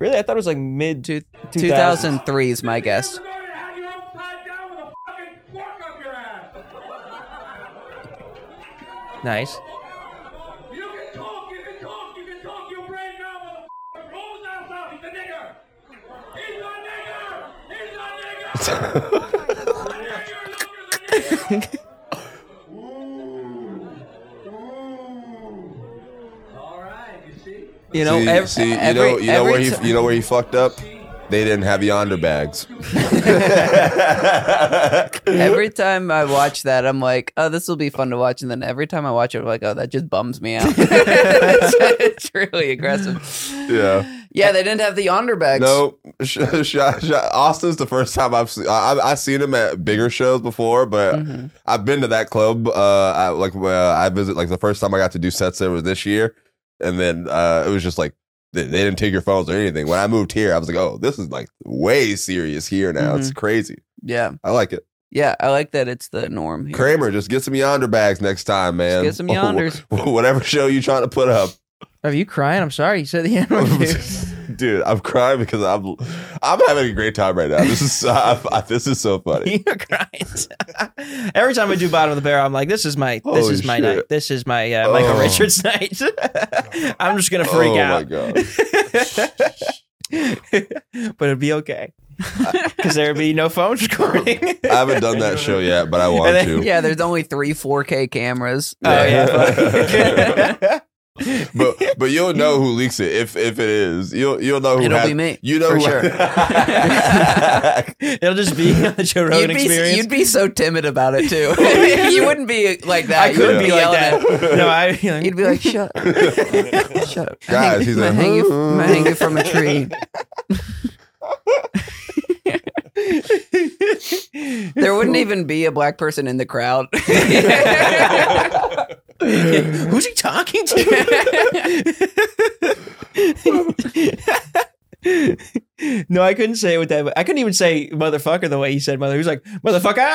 [SPEAKER 1] really, I thought it was like mid
[SPEAKER 3] Two
[SPEAKER 1] 2000s.
[SPEAKER 3] thousand three is my guess.
[SPEAKER 4] You're gonna have your upside down with a fucking fork up your ass.
[SPEAKER 1] Nice.
[SPEAKER 4] You can talk, you can talk, you can talk your brain now, motherfucker. Rolls out loud. He's a nigger. He's a nigger. He's a nigger. A nigger, nigger's a nigger. Ooh. Ooh. All right, you see?
[SPEAKER 3] You know,
[SPEAKER 2] see,
[SPEAKER 3] ev- every,
[SPEAKER 2] see, you know, you know
[SPEAKER 3] every
[SPEAKER 2] where he,
[SPEAKER 3] ti-
[SPEAKER 2] you know where he fucked up. They didn't have yonder bags.
[SPEAKER 3] Every time I watch that, I'm like, oh, this will be fun to watch. And then every time I watch it, I'm like, oh, that just bums me out. it's, it's really aggressive.
[SPEAKER 2] yeah.
[SPEAKER 3] Yeah, they didn't have the yonder bags.
[SPEAKER 2] No, sh- sh- sh- Austin's the first time I've seen. I- I've, I've seen him at bigger shows before, but
[SPEAKER 3] Mhm.
[SPEAKER 2] I've been to that club. Uh, I, like uh, I visit. Like the first time I got to do sets there was this year, and then uh, it was just like they, they didn't take your phones or anything. When I moved here, I was like, oh, this is like way serious here now. It's crazy.
[SPEAKER 3] Yeah.
[SPEAKER 2] I like it.
[SPEAKER 3] Yeah. I like that it's the norm. Here.
[SPEAKER 2] Kramer, just get some yonder bags next time, man. Oh,
[SPEAKER 3] get some yonders.
[SPEAKER 2] Whatever show you trying to put up.
[SPEAKER 1] Are you crying? I'm sorry. You said the N word. dude.
[SPEAKER 2] Dude, I'm crying because I'm I'm having a great time right now. This is I, I- this is so funny.
[SPEAKER 1] You're crying. Every time I do bottom of the barrel, I'm like, this is my this
[SPEAKER 2] Holy
[SPEAKER 1] is my
[SPEAKER 2] shit.
[SPEAKER 1] night. This is my uh, Michael
[SPEAKER 2] Oh.
[SPEAKER 1] Richards night. I'm just gonna freak
[SPEAKER 2] oh my
[SPEAKER 1] out,
[SPEAKER 2] god.
[SPEAKER 1] but it'd be okay because there'd be no phone recording.
[SPEAKER 2] I haven't done that show yet, but I want
[SPEAKER 1] then-
[SPEAKER 2] to.
[SPEAKER 3] Yeah, there's only three 4K cameras. Uh,
[SPEAKER 1] Oh yeah.
[SPEAKER 2] Yeah. But but you'll know who leaks it if if it is. You'll you'll know who
[SPEAKER 3] It'll
[SPEAKER 2] has-
[SPEAKER 3] be me,
[SPEAKER 2] You know
[SPEAKER 3] for
[SPEAKER 2] who
[SPEAKER 3] sure.
[SPEAKER 1] It'll just be on the Joe Rogan
[SPEAKER 3] You'd be,
[SPEAKER 1] experience.
[SPEAKER 3] you'd be so timid about it too. you wouldn't be like that.
[SPEAKER 1] I could
[SPEAKER 3] You'd
[SPEAKER 1] be like
[SPEAKER 3] yelling at-
[SPEAKER 1] that. No, I.
[SPEAKER 3] You'd be like, shut up. Shut up.
[SPEAKER 2] Guys, he's
[SPEAKER 3] I'm
[SPEAKER 2] like,
[SPEAKER 3] gonna hang, you, I'm gonna hang
[SPEAKER 2] "Hmm."
[SPEAKER 3] you from a tree. there wouldn't even be a black person in the crowd.
[SPEAKER 1] Who's he talking to? no, I couldn't say it with that. I couldn't even say motherfucker the way he said mother. He was like motherfucker.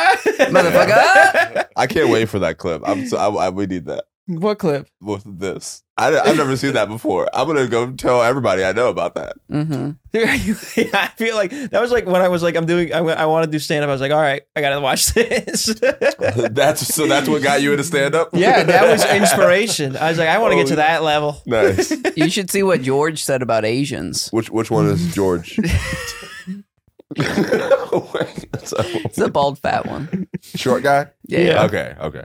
[SPEAKER 3] Motherfucker.
[SPEAKER 2] I can't wait for that clip. I'm so I, I we need that.
[SPEAKER 1] What clip?
[SPEAKER 2] With this, I, I've never seen that before. I'm gonna go tell everybody I know about that.
[SPEAKER 3] hmm
[SPEAKER 1] Dude, are you- I feel like that was like when I was like I'm doing I, want to do stand up. I was like, all right, I gotta watch this.
[SPEAKER 2] That's so. That's what got you into stand up.
[SPEAKER 1] yeah, that was inspiration. I was like, I want to get to that level.
[SPEAKER 2] nice.
[SPEAKER 3] You should see what George said about Asians.
[SPEAKER 2] Which which one is George?
[SPEAKER 3] It's the bald fat one.
[SPEAKER 2] Short guy.
[SPEAKER 1] Yeah.
[SPEAKER 2] Okay. Okay.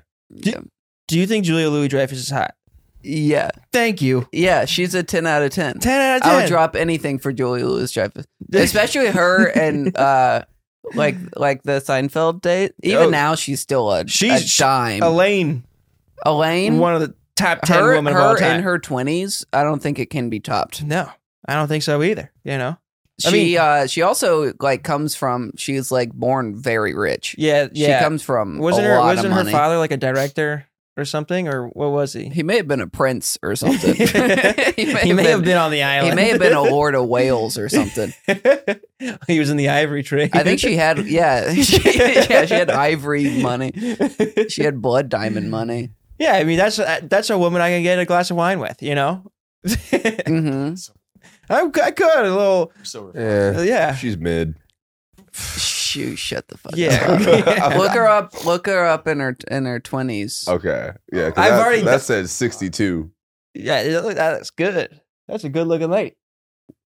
[SPEAKER 1] Do you think Julia Louis Dreyfus is hot?
[SPEAKER 3] Yeah.
[SPEAKER 1] Thank you.
[SPEAKER 3] Yeah. She's a 10 out of 10.
[SPEAKER 1] Ten out of ten.
[SPEAKER 3] I would drop anything for Julia Louis Dreyfus, especially her and uh, like like the Seinfeld date. Even
[SPEAKER 2] Oh.
[SPEAKER 3] now, she's still a
[SPEAKER 1] She's-
[SPEAKER 3] a dime.
[SPEAKER 1] Elaine,
[SPEAKER 3] Elaine,
[SPEAKER 1] one of the top ten
[SPEAKER 3] her,
[SPEAKER 1] women
[SPEAKER 3] her
[SPEAKER 1] of all time.
[SPEAKER 3] in her twenties. I don't think it can be topped.
[SPEAKER 1] no, I don't think so either. You know. I
[SPEAKER 3] she
[SPEAKER 1] mean-
[SPEAKER 3] uh, she also like comes from. She's like born very rich.
[SPEAKER 1] Yeah, yeah.
[SPEAKER 3] She comes from
[SPEAKER 1] wasn't
[SPEAKER 3] a
[SPEAKER 1] her
[SPEAKER 3] lot
[SPEAKER 1] wasn't
[SPEAKER 3] of
[SPEAKER 1] her
[SPEAKER 3] money.
[SPEAKER 1] father like a director or something or what was he?
[SPEAKER 3] He may have been a prince or something.
[SPEAKER 1] he may, have been on the
[SPEAKER 3] He
[SPEAKER 1] island.
[SPEAKER 3] may have been a lord of Wales or something.
[SPEAKER 1] he was in the ivory trade.
[SPEAKER 3] I think she had, yeah, she, yeah, she had ivory money. She had blood diamond money.
[SPEAKER 1] yeah, I mean that's uh, that's a woman I can get a glass of wine with. You know, I,
[SPEAKER 3] hmm
[SPEAKER 1] I could a little. uh,
[SPEAKER 5] So
[SPEAKER 2] Yeah.
[SPEAKER 1] Yeah,
[SPEAKER 2] She's mid.
[SPEAKER 3] Shoot, shut the fuck
[SPEAKER 1] yeah.
[SPEAKER 3] up.
[SPEAKER 1] yeah.
[SPEAKER 3] Look her up. Look her up in her in her twenties.
[SPEAKER 2] Okay. Yeah. 'cause
[SPEAKER 1] I've
[SPEAKER 2] that,
[SPEAKER 1] already-
[SPEAKER 2] that said sixty two.
[SPEAKER 1] Yeah, look, that's good. That's a good looking lady.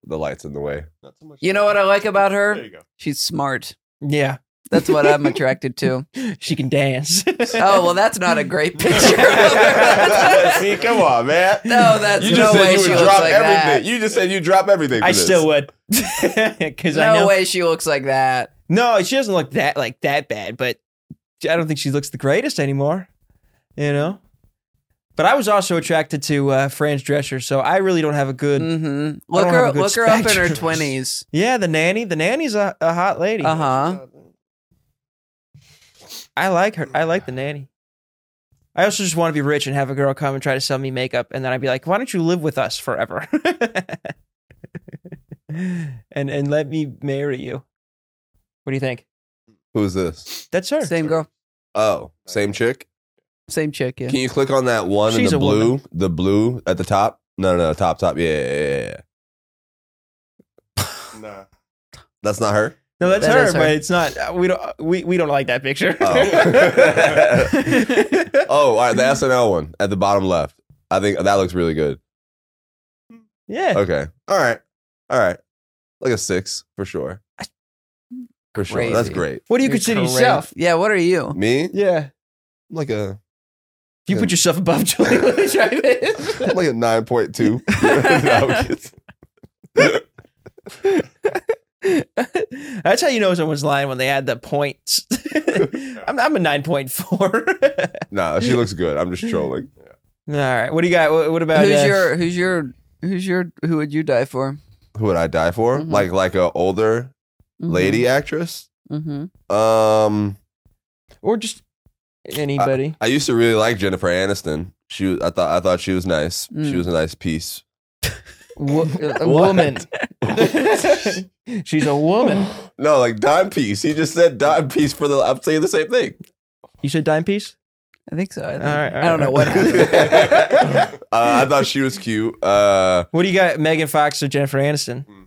[SPEAKER 2] The lights in the way.
[SPEAKER 5] not so much.
[SPEAKER 3] You know what I like about her?
[SPEAKER 5] There you go.
[SPEAKER 3] She's smart.
[SPEAKER 1] Yeah,
[SPEAKER 3] That's what I'm attracted to.
[SPEAKER 1] she can dance.
[SPEAKER 3] Oh well, that's not a great picture. of her.
[SPEAKER 2] See, come on, man.
[SPEAKER 3] no, that's
[SPEAKER 2] You
[SPEAKER 3] no
[SPEAKER 2] just
[SPEAKER 3] way she
[SPEAKER 2] said you would
[SPEAKER 3] looks
[SPEAKER 2] drop
[SPEAKER 3] like
[SPEAKER 2] everything.
[SPEAKER 3] that.
[SPEAKER 2] You just said you drop everything. for
[SPEAKER 1] I
[SPEAKER 2] this.
[SPEAKER 1] still would, because I
[SPEAKER 3] No
[SPEAKER 1] know.
[SPEAKER 3] way she looks like that.
[SPEAKER 1] No, she doesn't look that like that bad, but I don't think she looks the greatest anymore. You know. But I was also attracted to uh, Franz Drescher, so I really don't have a good.
[SPEAKER 3] hmm Look
[SPEAKER 1] have a
[SPEAKER 3] her
[SPEAKER 1] good
[SPEAKER 3] look her up in her
[SPEAKER 1] spectrum.
[SPEAKER 3] twenties.
[SPEAKER 1] Yeah, the nanny. The nanny's a, a hot lady.
[SPEAKER 3] Uh huh.
[SPEAKER 1] I like her. I like the nanny. I also just want to be rich and have a girl come and try to sell me makeup, and then I'd be like, "Why don't you live with us forever?" and and let me marry you. What do you think?
[SPEAKER 2] Who's this?
[SPEAKER 1] That's her.
[SPEAKER 3] Same girl,
[SPEAKER 2] Oh, same chick.
[SPEAKER 3] same chick. Yeah.
[SPEAKER 2] Can you click on that one in
[SPEAKER 1] She's
[SPEAKER 2] the
[SPEAKER 1] a
[SPEAKER 2] blue? The blue at the top? No, no, no, top, top. Yeah, yeah, yeah, yeah.
[SPEAKER 5] Nah.
[SPEAKER 2] That's not her.
[SPEAKER 1] No, that's
[SPEAKER 3] That
[SPEAKER 1] her,
[SPEAKER 3] is her.
[SPEAKER 1] but it's not. uh, We don't. We, we don't like that picture.
[SPEAKER 2] Oh. Oh, all right. The SNL one at the bottom left. I think that looks really good.
[SPEAKER 1] yeah,
[SPEAKER 2] Okay. All right. All right. Like a six for sure. For sure. That's
[SPEAKER 3] Crazy.
[SPEAKER 2] great.
[SPEAKER 1] What do you
[SPEAKER 3] You're
[SPEAKER 1] consider
[SPEAKER 3] correct.
[SPEAKER 1] yourself?
[SPEAKER 3] Yeah. What are you?
[SPEAKER 2] Me?
[SPEAKER 1] Yeah.
[SPEAKER 2] Like a
[SPEAKER 1] You put yourself above Julia Louis Dreyfus.
[SPEAKER 2] like a nine point two. no, I'm kidding.
[SPEAKER 1] That's how you know someone's lying when they add the points. I'm, I'm a 9.4.
[SPEAKER 2] Nah, she looks good. I'm just trolling.
[SPEAKER 1] All right. What do you got? What, what about
[SPEAKER 3] who's
[SPEAKER 1] uh,
[SPEAKER 3] your who's your who's your who would you die for?
[SPEAKER 2] Who would I die for?
[SPEAKER 1] Mm-hmm.
[SPEAKER 3] Mhm.
[SPEAKER 2] Like like a older lady actress?
[SPEAKER 3] Mm-hmm.
[SPEAKER 2] Um,
[SPEAKER 1] or just anybody?
[SPEAKER 2] I used to really like Jennifer Aniston. She was, I thought I thought she was nice. She
[SPEAKER 3] Mm.
[SPEAKER 2] was a nice piece.
[SPEAKER 1] Wo-
[SPEAKER 2] uh,
[SPEAKER 1] a woman. She's a woman.
[SPEAKER 2] No, like dime piece. He just said dime piece for the. I'm saying the same thing.
[SPEAKER 1] You said dime piece.
[SPEAKER 3] I think so. I, think.
[SPEAKER 1] All right, all
[SPEAKER 3] I don't
[SPEAKER 1] right.
[SPEAKER 3] know what happened.
[SPEAKER 2] uh, I thought she was cute. Uh,
[SPEAKER 1] What do you got? Megan Fox or Jennifer Aniston?
[SPEAKER 2] ooh.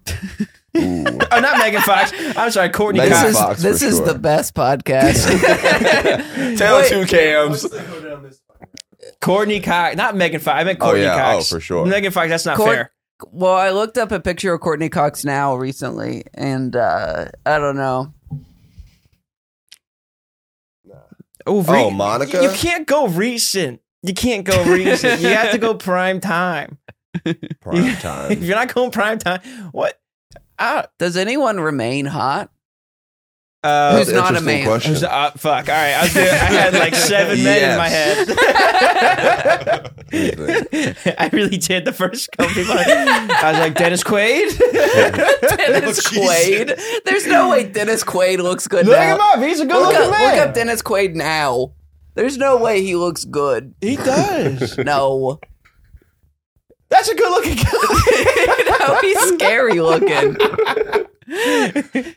[SPEAKER 1] Oh, not Megan Fox. I'm sorry, Courtney
[SPEAKER 2] Megan
[SPEAKER 3] this
[SPEAKER 1] Cox.
[SPEAKER 3] is
[SPEAKER 2] Fox for
[SPEAKER 3] this is
[SPEAKER 2] sure.
[SPEAKER 3] the best podcast.
[SPEAKER 2] Tell
[SPEAKER 3] Wait.
[SPEAKER 2] two cams.
[SPEAKER 1] Courtney Cox, not Megan Fox. I meant
[SPEAKER 2] Oh,
[SPEAKER 1] Courtney
[SPEAKER 2] yeah.
[SPEAKER 1] Cox.
[SPEAKER 2] Oh, for sure.
[SPEAKER 1] Megan Fox. That's not
[SPEAKER 3] Court-
[SPEAKER 1] fair.
[SPEAKER 3] well, I looked up a picture of Courtney Cox now recently, and uh, I don't know.
[SPEAKER 1] Oh,
[SPEAKER 2] Oh, Monica?
[SPEAKER 1] You can't go recent. You can't go recent. you have to go prime time.
[SPEAKER 2] Prime
[SPEAKER 1] If
[SPEAKER 2] time.
[SPEAKER 1] you're not going prime time, what? I,
[SPEAKER 3] Does anyone remain hot?
[SPEAKER 1] uh,
[SPEAKER 3] Who's not a
[SPEAKER 2] Interesting
[SPEAKER 3] man?
[SPEAKER 2] question.
[SPEAKER 1] Who's- uh, fuck. All right. I, was doing, I had like seven men in my
[SPEAKER 2] Yes. Interesting.
[SPEAKER 1] head. I really did the first couple people. I was like, Dennis Quaid?
[SPEAKER 3] Dennis Quaid. There's no way Dennis Quaid looks good
[SPEAKER 1] Oh, Look
[SPEAKER 3] now.
[SPEAKER 1] him up. He's a good
[SPEAKER 3] Look,
[SPEAKER 1] looking
[SPEAKER 3] up,
[SPEAKER 1] man.
[SPEAKER 3] look up Dennis Quaid now. There's no way he looks good.
[SPEAKER 1] he does.
[SPEAKER 3] No.
[SPEAKER 1] That's a good looking guy.
[SPEAKER 3] no, he's scary looking. Look
[SPEAKER 2] Yeah,
[SPEAKER 3] at his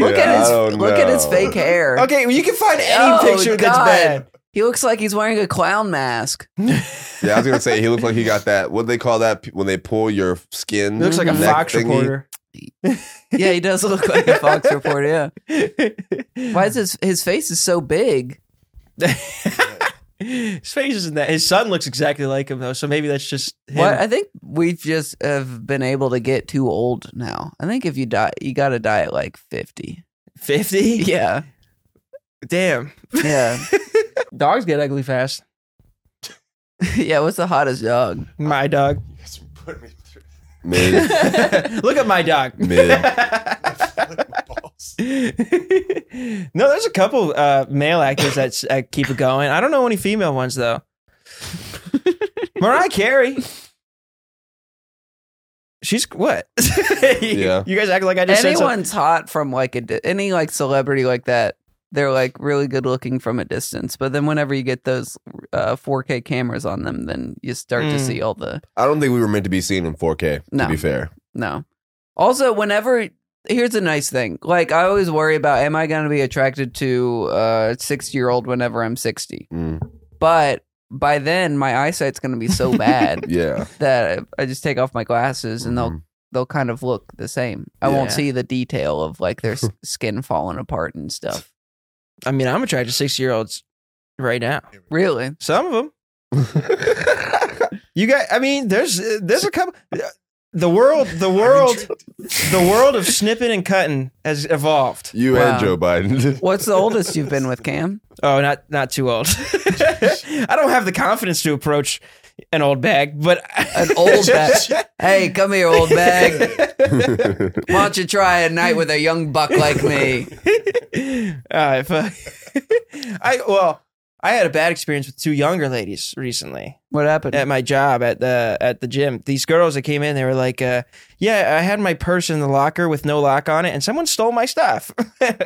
[SPEAKER 2] I don't
[SPEAKER 3] look at his
[SPEAKER 2] know.
[SPEAKER 3] fake hair.
[SPEAKER 1] okay, well, you can find any
[SPEAKER 3] Oh,
[SPEAKER 1] picture that's
[SPEAKER 3] God.
[SPEAKER 1] bad.
[SPEAKER 3] He looks like he's wearing a clown mask.
[SPEAKER 2] Yeah, I was gonna say he looked like he got that. What do they call that p- when they pull your skin?
[SPEAKER 1] He looks like a
[SPEAKER 2] neck
[SPEAKER 1] Fox
[SPEAKER 2] thingy?
[SPEAKER 1] reporter.
[SPEAKER 3] Yeah, he does look like a Fox reporter. Yeah. Why is his his face is so big?
[SPEAKER 1] His face isn't that. His son looks exactly like him though, so maybe that's just him.
[SPEAKER 3] What I think we've just have been able to get too old now. I think if you die, you got to die at like fifty.
[SPEAKER 1] Fifty?
[SPEAKER 3] Yeah,
[SPEAKER 1] Damn.
[SPEAKER 3] yeah,
[SPEAKER 1] Dogs get ugly fast.
[SPEAKER 3] yeah. What's the hottest dog?
[SPEAKER 1] My dog.
[SPEAKER 2] Mid,
[SPEAKER 1] Look at my dog.
[SPEAKER 2] mid.
[SPEAKER 1] no, there's a couple uh, male actors that s- uh, keep it going. I don't know any female ones though. Mariah Carey. She's what?
[SPEAKER 2] Yeah.
[SPEAKER 1] You guys act like I just uh, said
[SPEAKER 3] Anyone's hot from like a di- any like celebrity like that. They're like really good looking from a distance, but then whenever you get those uh, 4K cameras on them, then you start to
[SPEAKER 1] Mm.
[SPEAKER 3] see all the
[SPEAKER 2] I don't think we were meant to be seen in 4K.
[SPEAKER 3] No.
[SPEAKER 2] To be fair,
[SPEAKER 3] No. Also, whenever here's a nice thing. Like I always worry about am I gonna be attracted to a sixty year old whenever I'm sixty?
[SPEAKER 2] Mm,
[SPEAKER 3] But by then my eyesight's gonna be so bad
[SPEAKER 2] yeah.
[SPEAKER 3] that I just take off my glasses and they'll
[SPEAKER 2] Mhm.
[SPEAKER 3] they'll kind of look the same. I won't
[SPEAKER 1] Yeah.
[SPEAKER 3] see the detail of like their s- skin falling apart and stuff.
[SPEAKER 1] something. I mean, I'm attracted to six year olds right now.
[SPEAKER 3] Really?
[SPEAKER 1] Some of them. You got. I mean, there's uh, there's a couple. The world, the world, the world of snipping and cutting has evolved.
[SPEAKER 2] you
[SPEAKER 3] Wow.
[SPEAKER 2] and Joe Biden.
[SPEAKER 3] What's the oldest you've been with Cam?
[SPEAKER 1] Oh, not not too old. I don't have the confidence to approach an old bag, but
[SPEAKER 3] An old bag. Hey, come here, old bag. Why don't you try a night with a young buck like me?
[SPEAKER 1] Uh, if, uh, I well, I had a bad experience with two younger ladies recently
[SPEAKER 3] What happened?
[SPEAKER 1] at my job at the at the gym. These girls that came in, they were like, uh, "Yeah, I had my purse in the locker with no lock on it, and someone stole my stuff." and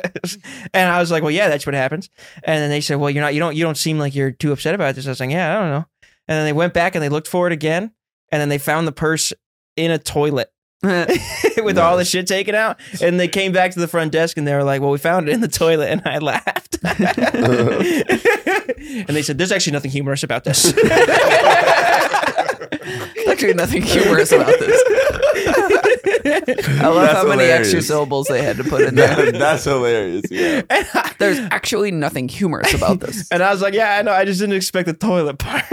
[SPEAKER 1] I was like, "Well, yeah, that's what happens." And then they said, "Well, you're not. You don't. You don't seem like you're too upset about this." I was like, "Yeah, I don't know." And then they went back and they looked for it again, and then they found the purse in a toilet. with all the shit taken out. And they came back to the front desk and they were like, Well, we found it in the toilet. And I laughed. and they said, There's actually nothing humorous about this.
[SPEAKER 3] There's actually nothing humorous about this. I love
[SPEAKER 2] That's
[SPEAKER 3] how many
[SPEAKER 2] hilarious.
[SPEAKER 3] extra syllables they had to put in there.
[SPEAKER 2] That- that's hilarious. Yeah.
[SPEAKER 1] and, I,
[SPEAKER 3] There's actually nothing humorous about this.
[SPEAKER 1] and I was like, Yeah, I know. I just didn't expect the toilet part.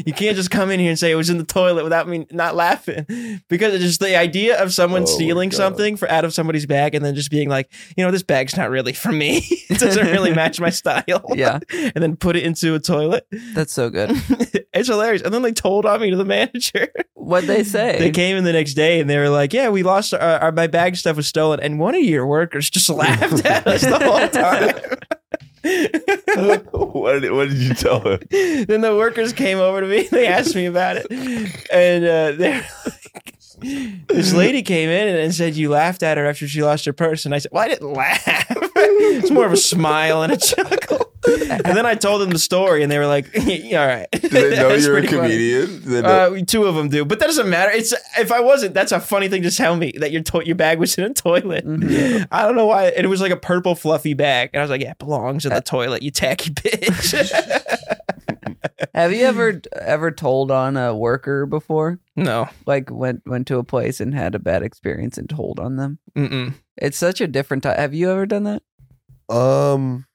[SPEAKER 1] you can't just come in here and say it was in the toilet without me not laughing. Because it's just the idea of someone
[SPEAKER 2] Oh my
[SPEAKER 1] stealing
[SPEAKER 2] God.
[SPEAKER 1] something for out of somebody's bag and then just being like, You know, this bag's not really for me. it doesn't really match my style.
[SPEAKER 3] Yeah,
[SPEAKER 1] and then put it into a toilet.
[SPEAKER 3] that's so good.
[SPEAKER 1] and It's hilarious. And then they told on me to the manager.
[SPEAKER 3] What they say?
[SPEAKER 1] They came in the next day and they were like, "Yeah, we lost our, our my bag stuff was stolen," and one of your workers just laughed at us the whole time.
[SPEAKER 2] what, did, what did you tell him?
[SPEAKER 1] then the workers came over to me. and They asked me about it, and uh, they're like, "This lady came in and said you laughed at her after she lost her purse." And I said, "Well, I didn't laugh. it's more of a smile and a chuckle." And then I told them the story, and they were like, "Yeah, "All right."
[SPEAKER 2] Do they know
[SPEAKER 1] That's
[SPEAKER 2] you're a
[SPEAKER 1] pretty funny.
[SPEAKER 2] comedian? Do they know-
[SPEAKER 1] Uh, two of them do, but that doesn't matter. It's if I wasn't, that's a funny thing to tell me that your to- your bag was in a toilet. I don't know why. and It was like a purple fluffy bag, and I was like, "Yeah, it belongs in the toilet, you tacky bitch."
[SPEAKER 3] Have you ever ever told on a worker before?
[SPEAKER 1] no,
[SPEAKER 3] Like went went to a place and had a bad experience and told on them.
[SPEAKER 1] Mm-mm.
[SPEAKER 2] Uh.
[SPEAKER 3] It's such a different type. Have you ever done that?
[SPEAKER 2] um,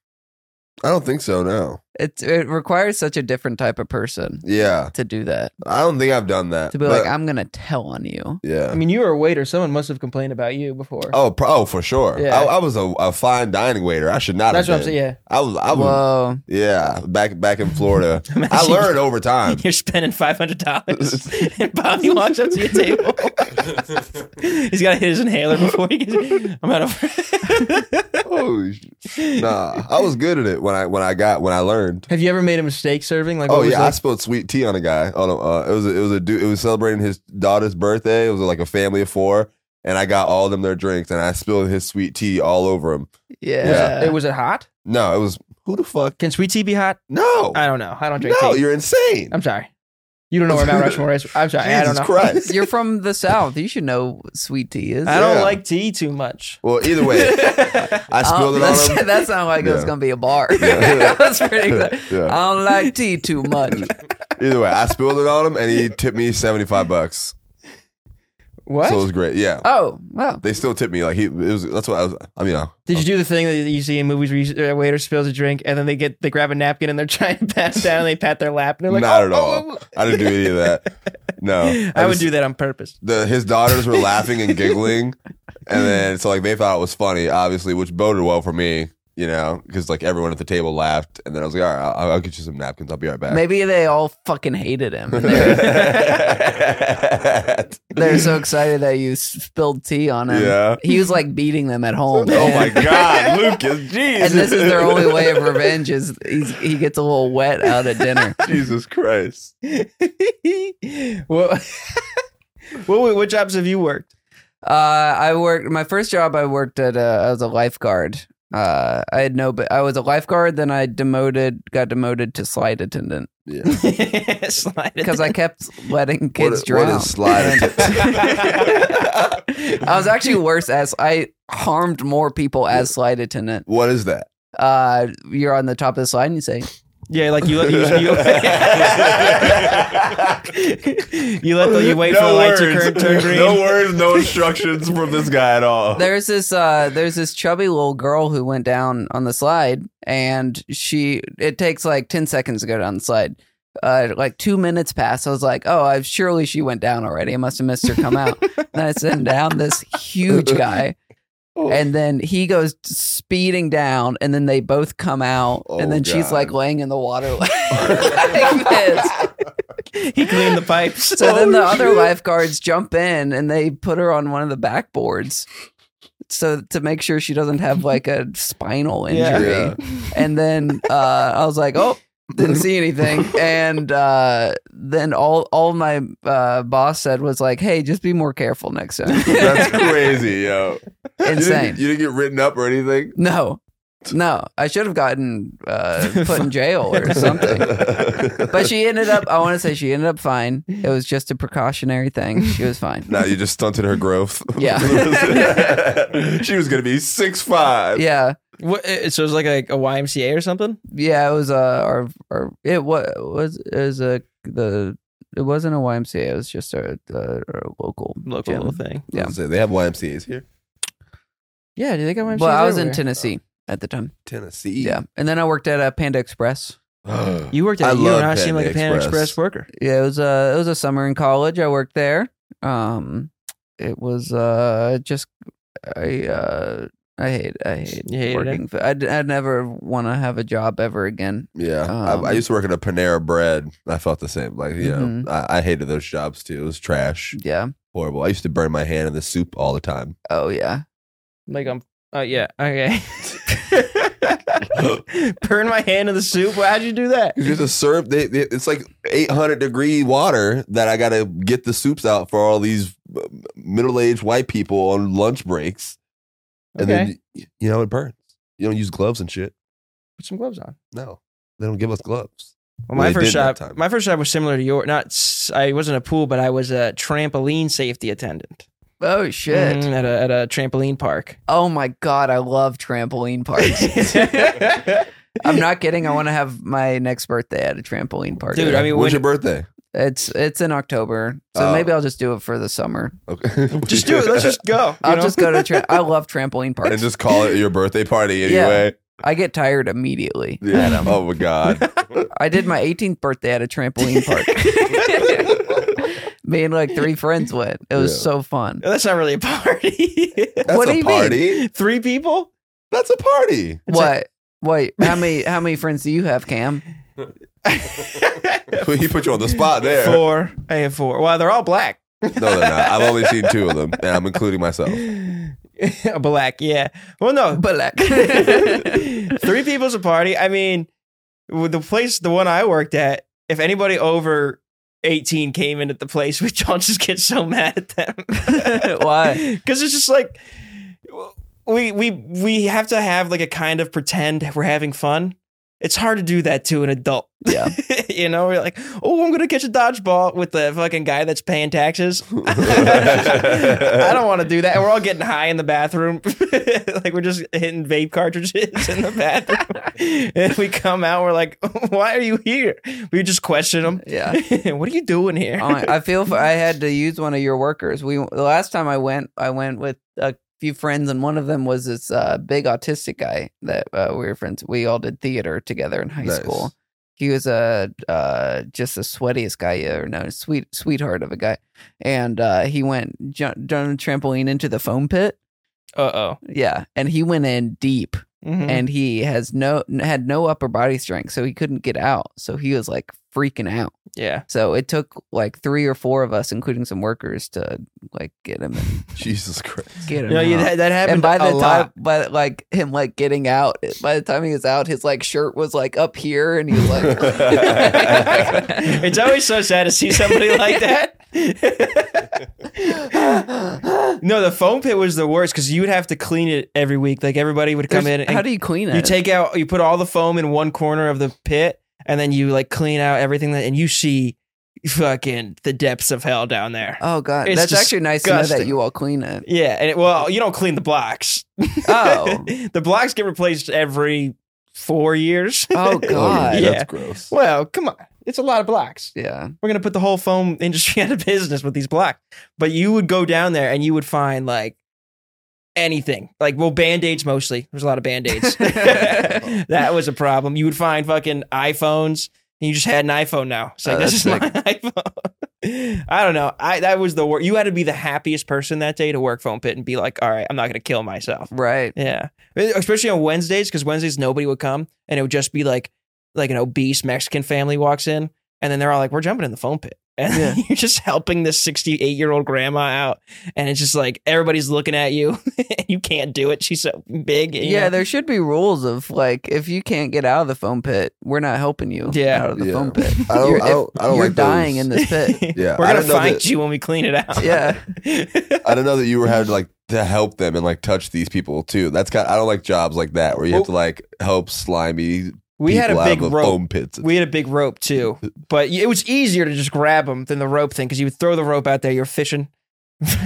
[SPEAKER 2] I don't think so. No.
[SPEAKER 3] It's it requires such a different type of person
[SPEAKER 2] Yeah,
[SPEAKER 3] to do that.
[SPEAKER 2] I don't think I've done that.
[SPEAKER 3] To be
[SPEAKER 2] but-
[SPEAKER 3] like, I'm gonna tell on you.
[SPEAKER 1] I
[SPEAKER 2] yeah.
[SPEAKER 1] mean, you were a waiter. Someone must have complained about you before.
[SPEAKER 2] Oh, pro- oh, for sure.
[SPEAKER 1] Yeah.
[SPEAKER 2] I, I was a, a fine dining waiter. I should not.
[SPEAKER 1] that's what
[SPEAKER 2] have
[SPEAKER 1] I'm
[SPEAKER 2] been.
[SPEAKER 1] saying. Yeah,
[SPEAKER 2] I was. I was.
[SPEAKER 3] Whoa.
[SPEAKER 2] Yeah, back back in Florida, I
[SPEAKER 1] Imagine-
[SPEAKER 2] learned over time.
[SPEAKER 1] You're spending five hundred dollars, and Bobby walks up to your table. He's got to hit his inhaler before he gets. I'm out of.
[SPEAKER 2] Oh, sh- nah, I was good at it when I when I got when I learned.
[SPEAKER 1] Have you ever made a mistake serving? Like,
[SPEAKER 2] Oh
[SPEAKER 1] what was
[SPEAKER 2] yeah, I
[SPEAKER 1] that?
[SPEAKER 2] spilled sweet tea on a guy. On a, uh, it was a, it was a dude. It was celebrating his daughter's birthday. It was like a family of four, and I got all of them their drinks, and I spilled his sweet tea all over him.
[SPEAKER 3] Yeah.
[SPEAKER 1] Was
[SPEAKER 2] Yeah.
[SPEAKER 1] it- was it hot?
[SPEAKER 2] No, it was who the fuck?
[SPEAKER 1] Can sweet tea be hot?
[SPEAKER 2] No,
[SPEAKER 1] I don't know. I don't drink
[SPEAKER 2] no,
[SPEAKER 1] tea.
[SPEAKER 2] you're insane.
[SPEAKER 1] I'm sorry. You don't know where Mount Rushmore is. I'm sorry. I don't
[SPEAKER 2] Jesus
[SPEAKER 1] know.
[SPEAKER 2] Christ.
[SPEAKER 3] You're from the south. You should know what sweet tea is.
[SPEAKER 1] I don't
[SPEAKER 2] Yeah.
[SPEAKER 1] like tea too much.
[SPEAKER 2] well, either way, I
[SPEAKER 3] Oh,
[SPEAKER 2] spilled it
[SPEAKER 3] that's,
[SPEAKER 2] on him.
[SPEAKER 3] that sounded like it was
[SPEAKER 2] Yeah.
[SPEAKER 3] gonna be a bar.
[SPEAKER 2] Yeah.
[SPEAKER 3] that's pretty good.
[SPEAKER 2] Yeah.
[SPEAKER 3] I don't like tea too much.
[SPEAKER 2] Either way, I spilled it on him, and he tipped me seventy five bucks.
[SPEAKER 1] what?
[SPEAKER 2] So it was great. Yeah,
[SPEAKER 3] Oh, well.
[SPEAKER 2] they still tipped me like he. It was that's what I was. I mean, I,
[SPEAKER 1] Did you do the thing that you see in movies where you, uh, a waiter spills a drink and then they get they grab a napkin and they're trying to pass down and they pat their lap and they're like,
[SPEAKER 2] not
[SPEAKER 1] "Oh,
[SPEAKER 2] at
[SPEAKER 1] oh,
[SPEAKER 2] all.
[SPEAKER 1] oh, oh."
[SPEAKER 2] I didn't do any of that. No,
[SPEAKER 1] I would
[SPEAKER 2] just-
[SPEAKER 1] do that on purpose.
[SPEAKER 2] The his daughters were laughing and giggling, and then so like they thought it was funny, obviously, which boded well for me, you know, because like everyone at the table laughed, and then I was like, all right, I'll, I'll get you some napkins. I'll be right back.
[SPEAKER 3] Maybe they all fucking hated him. and They're,
[SPEAKER 2] yeah.
[SPEAKER 3] they're so excited that you spilled tea on him. He was like beating them at home.
[SPEAKER 2] Oh my God, Lucas, Jesus.
[SPEAKER 3] And this is their only way of revenge is he's, he gets a little wet out at dinner.
[SPEAKER 2] Jesus Christ.
[SPEAKER 1] what, what what jobs have you worked?
[SPEAKER 3] Uh, I worked my first job. I worked at a, I was a lifeguard. Uh, I had no, but I was a lifeguard. Then I demoted, got demoted to slide attendant
[SPEAKER 2] Yeah.
[SPEAKER 1] Slide it.
[SPEAKER 3] because I kept letting
[SPEAKER 2] What
[SPEAKER 3] kids
[SPEAKER 2] a-
[SPEAKER 3] drown.
[SPEAKER 2] What is slide? atten-
[SPEAKER 3] I was actually worse as I harmed more people as slide attendant.
[SPEAKER 2] what is that?
[SPEAKER 3] Uh, you're on the top of the slide and you say,
[SPEAKER 1] Yeah, like you let you, you, you let the, you wait for the light to turn, turn green.
[SPEAKER 2] No words, no instructions from this guy at all.
[SPEAKER 3] there's this uh there's this chubby little girl who went down on the slide and she it takes like 10 seconds to go down the slide uh like two minutes passed i was like oh i surely she went down already i must have missed her come out and i send down this huge guy
[SPEAKER 2] Oh.
[SPEAKER 3] and then he goes speeding down and then they both come out
[SPEAKER 2] Oh,
[SPEAKER 3] and then she's
[SPEAKER 2] God.
[SPEAKER 3] like laying in the water like, like this
[SPEAKER 1] He cleaned the pipes. Oh,
[SPEAKER 3] so then the other lifeguards jump in and they put her on one of the backboards. So to make sure she doesn't have like a spinal
[SPEAKER 1] Yeah.
[SPEAKER 3] injury. And then uh, I was like, oh, didn't see anything. And uh, then all all my uh, boss said was like, hey, just be more careful next time.
[SPEAKER 2] That's crazy, yo. You
[SPEAKER 3] Insane.
[SPEAKER 2] didn't, you didn't get written up or anything?
[SPEAKER 3] No. No, I should have gotten uh, put in jail or something. But she ended up, I want to say she ended up fine. It was just a precautionary thing. She was fine.
[SPEAKER 2] now you just stunted her growth.
[SPEAKER 3] Yeah.
[SPEAKER 2] she was going to be six five.
[SPEAKER 3] Yeah.
[SPEAKER 1] What, uh, so it was like a, a YMCA or something.
[SPEAKER 3] Yeah, it was uh, our our it was was it was a the it wasn't a YMCA. It was just a, a, a local
[SPEAKER 1] Local
[SPEAKER 3] gym.
[SPEAKER 1] little thing.
[SPEAKER 3] Yeah.
[SPEAKER 2] So they have YMCAs here.
[SPEAKER 1] Yeah, do they got YMCA?
[SPEAKER 3] Well, I was in Tennessee
[SPEAKER 1] Oh.
[SPEAKER 3] at the time.
[SPEAKER 1] E
[SPEAKER 2] Tennessee.
[SPEAKER 3] Yeah, and then I worked at a Panda Express.
[SPEAKER 2] you
[SPEAKER 1] You worked at
[SPEAKER 2] I
[SPEAKER 1] I you
[SPEAKER 2] love
[SPEAKER 1] and I seem
[SPEAKER 2] Panda
[SPEAKER 1] like a Panda
[SPEAKER 2] Express.
[SPEAKER 1] Express, worker.
[SPEAKER 3] Yeah, it was a it was a summer in college. I worked there. Um, it was uh just I uh I hate I hate
[SPEAKER 1] You hated it?
[SPEAKER 3] working. for- I'd, I'd never want to have a job ever again.
[SPEAKER 2] Yeah,
[SPEAKER 3] Um,
[SPEAKER 2] I, I used to work at a Panera Bread. I felt the same. Like, you
[SPEAKER 3] Mhm.
[SPEAKER 2] know, I, I hated those jobs too. It was trash,
[SPEAKER 3] Yeah.
[SPEAKER 2] horrible. I used to burn my hand in the soup all the time.
[SPEAKER 3] Oh yeah.
[SPEAKER 1] Like I'm. Oh yeah. Okay. Burn my hand in the soup. Why'd you do that?
[SPEAKER 2] You just serve. They, they, it's like 800 degree water that I got to get the soups out for all these middle aged white people on lunch breaks, and
[SPEAKER 1] Okay.
[SPEAKER 2] then y- you know it burns. You don't use gloves and shit.
[SPEAKER 1] Put some gloves on.
[SPEAKER 2] No, they don't give us gloves.
[SPEAKER 1] Well,
[SPEAKER 2] Well,
[SPEAKER 1] my
[SPEAKER 2] they
[SPEAKER 1] first
[SPEAKER 2] did that
[SPEAKER 1] job.
[SPEAKER 2] time.
[SPEAKER 1] My first job was similar to your. Not. s- I wasn't a pool, but I was a trampoline safety attendant.
[SPEAKER 3] Oh shit.
[SPEAKER 1] Mhm, at a at a trampoline park.
[SPEAKER 3] Oh my god, I love trampoline parks. I'm not kidding. I want to have my next birthday at a trampoline park.
[SPEAKER 1] Dude, I mean,
[SPEAKER 2] when's
[SPEAKER 1] when-
[SPEAKER 2] your birthday?
[SPEAKER 3] it's it's in October, so
[SPEAKER 2] Oh.
[SPEAKER 3] maybe I'll just do it for the summer.
[SPEAKER 2] Okay,
[SPEAKER 1] just do it. Let's just go. you
[SPEAKER 3] I'll
[SPEAKER 1] know?
[SPEAKER 3] just go to. Tra- I love trampoline
[SPEAKER 2] and
[SPEAKER 3] parks.
[SPEAKER 2] just call it your birthday party
[SPEAKER 3] Yeah.
[SPEAKER 2] anyway.
[SPEAKER 3] I get tired immediately.
[SPEAKER 2] Yeah. Oh my god.
[SPEAKER 3] I did my 18th birthday at a trampoline park. Me and like three friends went. It was
[SPEAKER 2] Yeah.
[SPEAKER 3] so fun.
[SPEAKER 1] That's not really a party.
[SPEAKER 2] That's
[SPEAKER 3] What
[SPEAKER 2] a
[SPEAKER 3] do you mean?
[SPEAKER 2] party.
[SPEAKER 1] Three people.
[SPEAKER 2] That's a party.
[SPEAKER 1] It's
[SPEAKER 3] what? Wait, how many how many friends do you have, Cam?
[SPEAKER 2] he put you on the spot there.
[SPEAKER 1] Four. I have four. Well, they're all black.
[SPEAKER 2] No, they're not. I've only seen two of them, and I'm including myself.
[SPEAKER 1] black. Yeah. Well, no.
[SPEAKER 3] But like,
[SPEAKER 1] three people's a party. I mean, with the place, the one I worked at, if anybody over 18 came in at the place, we all just get so mad at them.
[SPEAKER 3] Why?
[SPEAKER 1] Because it's just like we we we have to have like a kind of pretend we're having fun. It's hard to do that to an adult.
[SPEAKER 3] Yeah.
[SPEAKER 1] you know, we're like, oh, I'm gonna catch a dodgeball with the fucking guy that's paying taxes. I don't want to do that. And we're all getting high in the bathroom. like we're just hitting vape cartridges in the bathroom. and we come out, we're like, why are you here? We just question them.
[SPEAKER 3] yeah.
[SPEAKER 1] what are you doing here?
[SPEAKER 3] Oh, I I feel for, I had to use one of your workers. We the last time I went, I went with a few friends, and one of them was this uh, big autistic guy that uh, we were friends. We all did theater together in high
[SPEAKER 2] Nice.
[SPEAKER 3] school. He was a uh, just the sweatiest guy you ever know, sweet sweetheart of a guy, and uh, he went jumped on a trampoline into the foam pit.
[SPEAKER 1] Uh oh.
[SPEAKER 3] Yeah, and he went in deep,
[SPEAKER 1] Mm-hmm.
[SPEAKER 3] and he has no had no upper body strength, so he couldn't get out. So he was like freaking out.
[SPEAKER 1] yeah.
[SPEAKER 3] So it took like three or four of us, including some workers, to like get him
[SPEAKER 2] Jesus Christ.
[SPEAKER 3] get him.
[SPEAKER 1] No, yeah,
[SPEAKER 3] out.
[SPEAKER 1] that, that happened
[SPEAKER 3] and by
[SPEAKER 1] a
[SPEAKER 3] the
[SPEAKER 1] lot.
[SPEAKER 3] time, by like him like getting out, by the time he was out, his like shirt was like up here, and he was like,
[SPEAKER 1] it's always so sad to see somebody like that. no, the foam pit was the worst because you would have to clean it every week. Like everybody would come in. And
[SPEAKER 3] How do you clean it?
[SPEAKER 1] you take out, you put all the foam in one corner of the pit, and then you like clean out everything that, and you see fucking the depths of hell down there.
[SPEAKER 3] Oh god,
[SPEAKER 1] It's
[SPEAKER 3] that's actually nice to know that
[SPEAKER 1] disgusting.
[SPEAKER 3] you all clean it.
[SPEAKER 1] Yeah, and it, well, you don't clean the blocks.
[SPEAKER 3] Oh.
[SPEAKER 1] the blocks get replaced every four years.
[SPEAKER 3] Oh
[SPEAKER 2] Oh,
[SPEAKER 3] god, yeah.
[SPEAKER 2] yeah,
[SPEAKER 1] Yeah.
[SPEAKER 2] That's gross.
[SPEAKER 1] Well, come on, it's a lot of blocks. we're gonna put the whole foam industry out of business with these blocks. But you would go down there and you would find like anything. Like well, band-aids mostly. There's a lot of band-aids. that was a problem. You would find fucking iPhones. And you just had an iPhone now. It's like
[SPEAKER 3] Oh,
[SPEAKER 1] this is
[SPEAKER 3] that's
[SPEAKER 1] my iPhone. I don't know. I that was the worst. You had to be the happiest person that day to work foam pit and be like, all right, I'm not gonna kill myself.
[SPEAKER 3] right.
[SPEAKER 1] Yeah, especially on Wednesdays because Wednesdays nobody would come, and it would just be like like an obese Mexican family walks in, and then they're all like, "We're jumping in the foam pit," and
[SPEAKER 3] Yeah.
[SPEAKER 1] you're just helping this 68 year old grandma out, and it's just like everybody's looking at you, and you can't do it. She's so big. you
[SPEAKER 3] Yeah,
[SPEAKER 1] know?
[SPEAKER 3] there should be rules of like if you can't get out of the foam pit, we're not helping you
[SPEAKER 1] Yeah.
[SPEAKER 3] out of the
[SPEAKER 2] Yeah.
[SPEAKER 3] foam pit.
[SPEAKER 2] I don't-
[SPEAKER 3] You're,
[SPEAKER 2] I don't- I don't
[SPEAKER 3] you're
[SPEAKER 2] like those.
[SPEAKER 3] dying in this pit.
[SPEAKER 2] Yeah,
[SPEAKER 1] we're
[SPEAKER 2] I
[SPEAKER 1] gonna
[SPEAKER 2] didn't know
[SPEAKER 1] find
[SPEAKER 2] that-
[SPEAKER 1] you when we clean it out.
[SPEAKER 3] Yeah.
[SPEAKER 2] I don't know that you were having to, like to help them and like touch these people too. That's got. I don't like jobs like that where you have to like help slimy.
[SPEAKER 1] we had
[SPEAKER 2] people
[SPEAKER 1] a
[SPEAKER 2] out
[SPEAKER 1] big
[SPEAKER 2] of
[SPEAKER 1] rope.
[SPEAKER 2] foam pits.
[SPEAKER 1] We had a big rope too, but it was easier to just grab them than the rope thing because you would throw the rope out there. You're fishing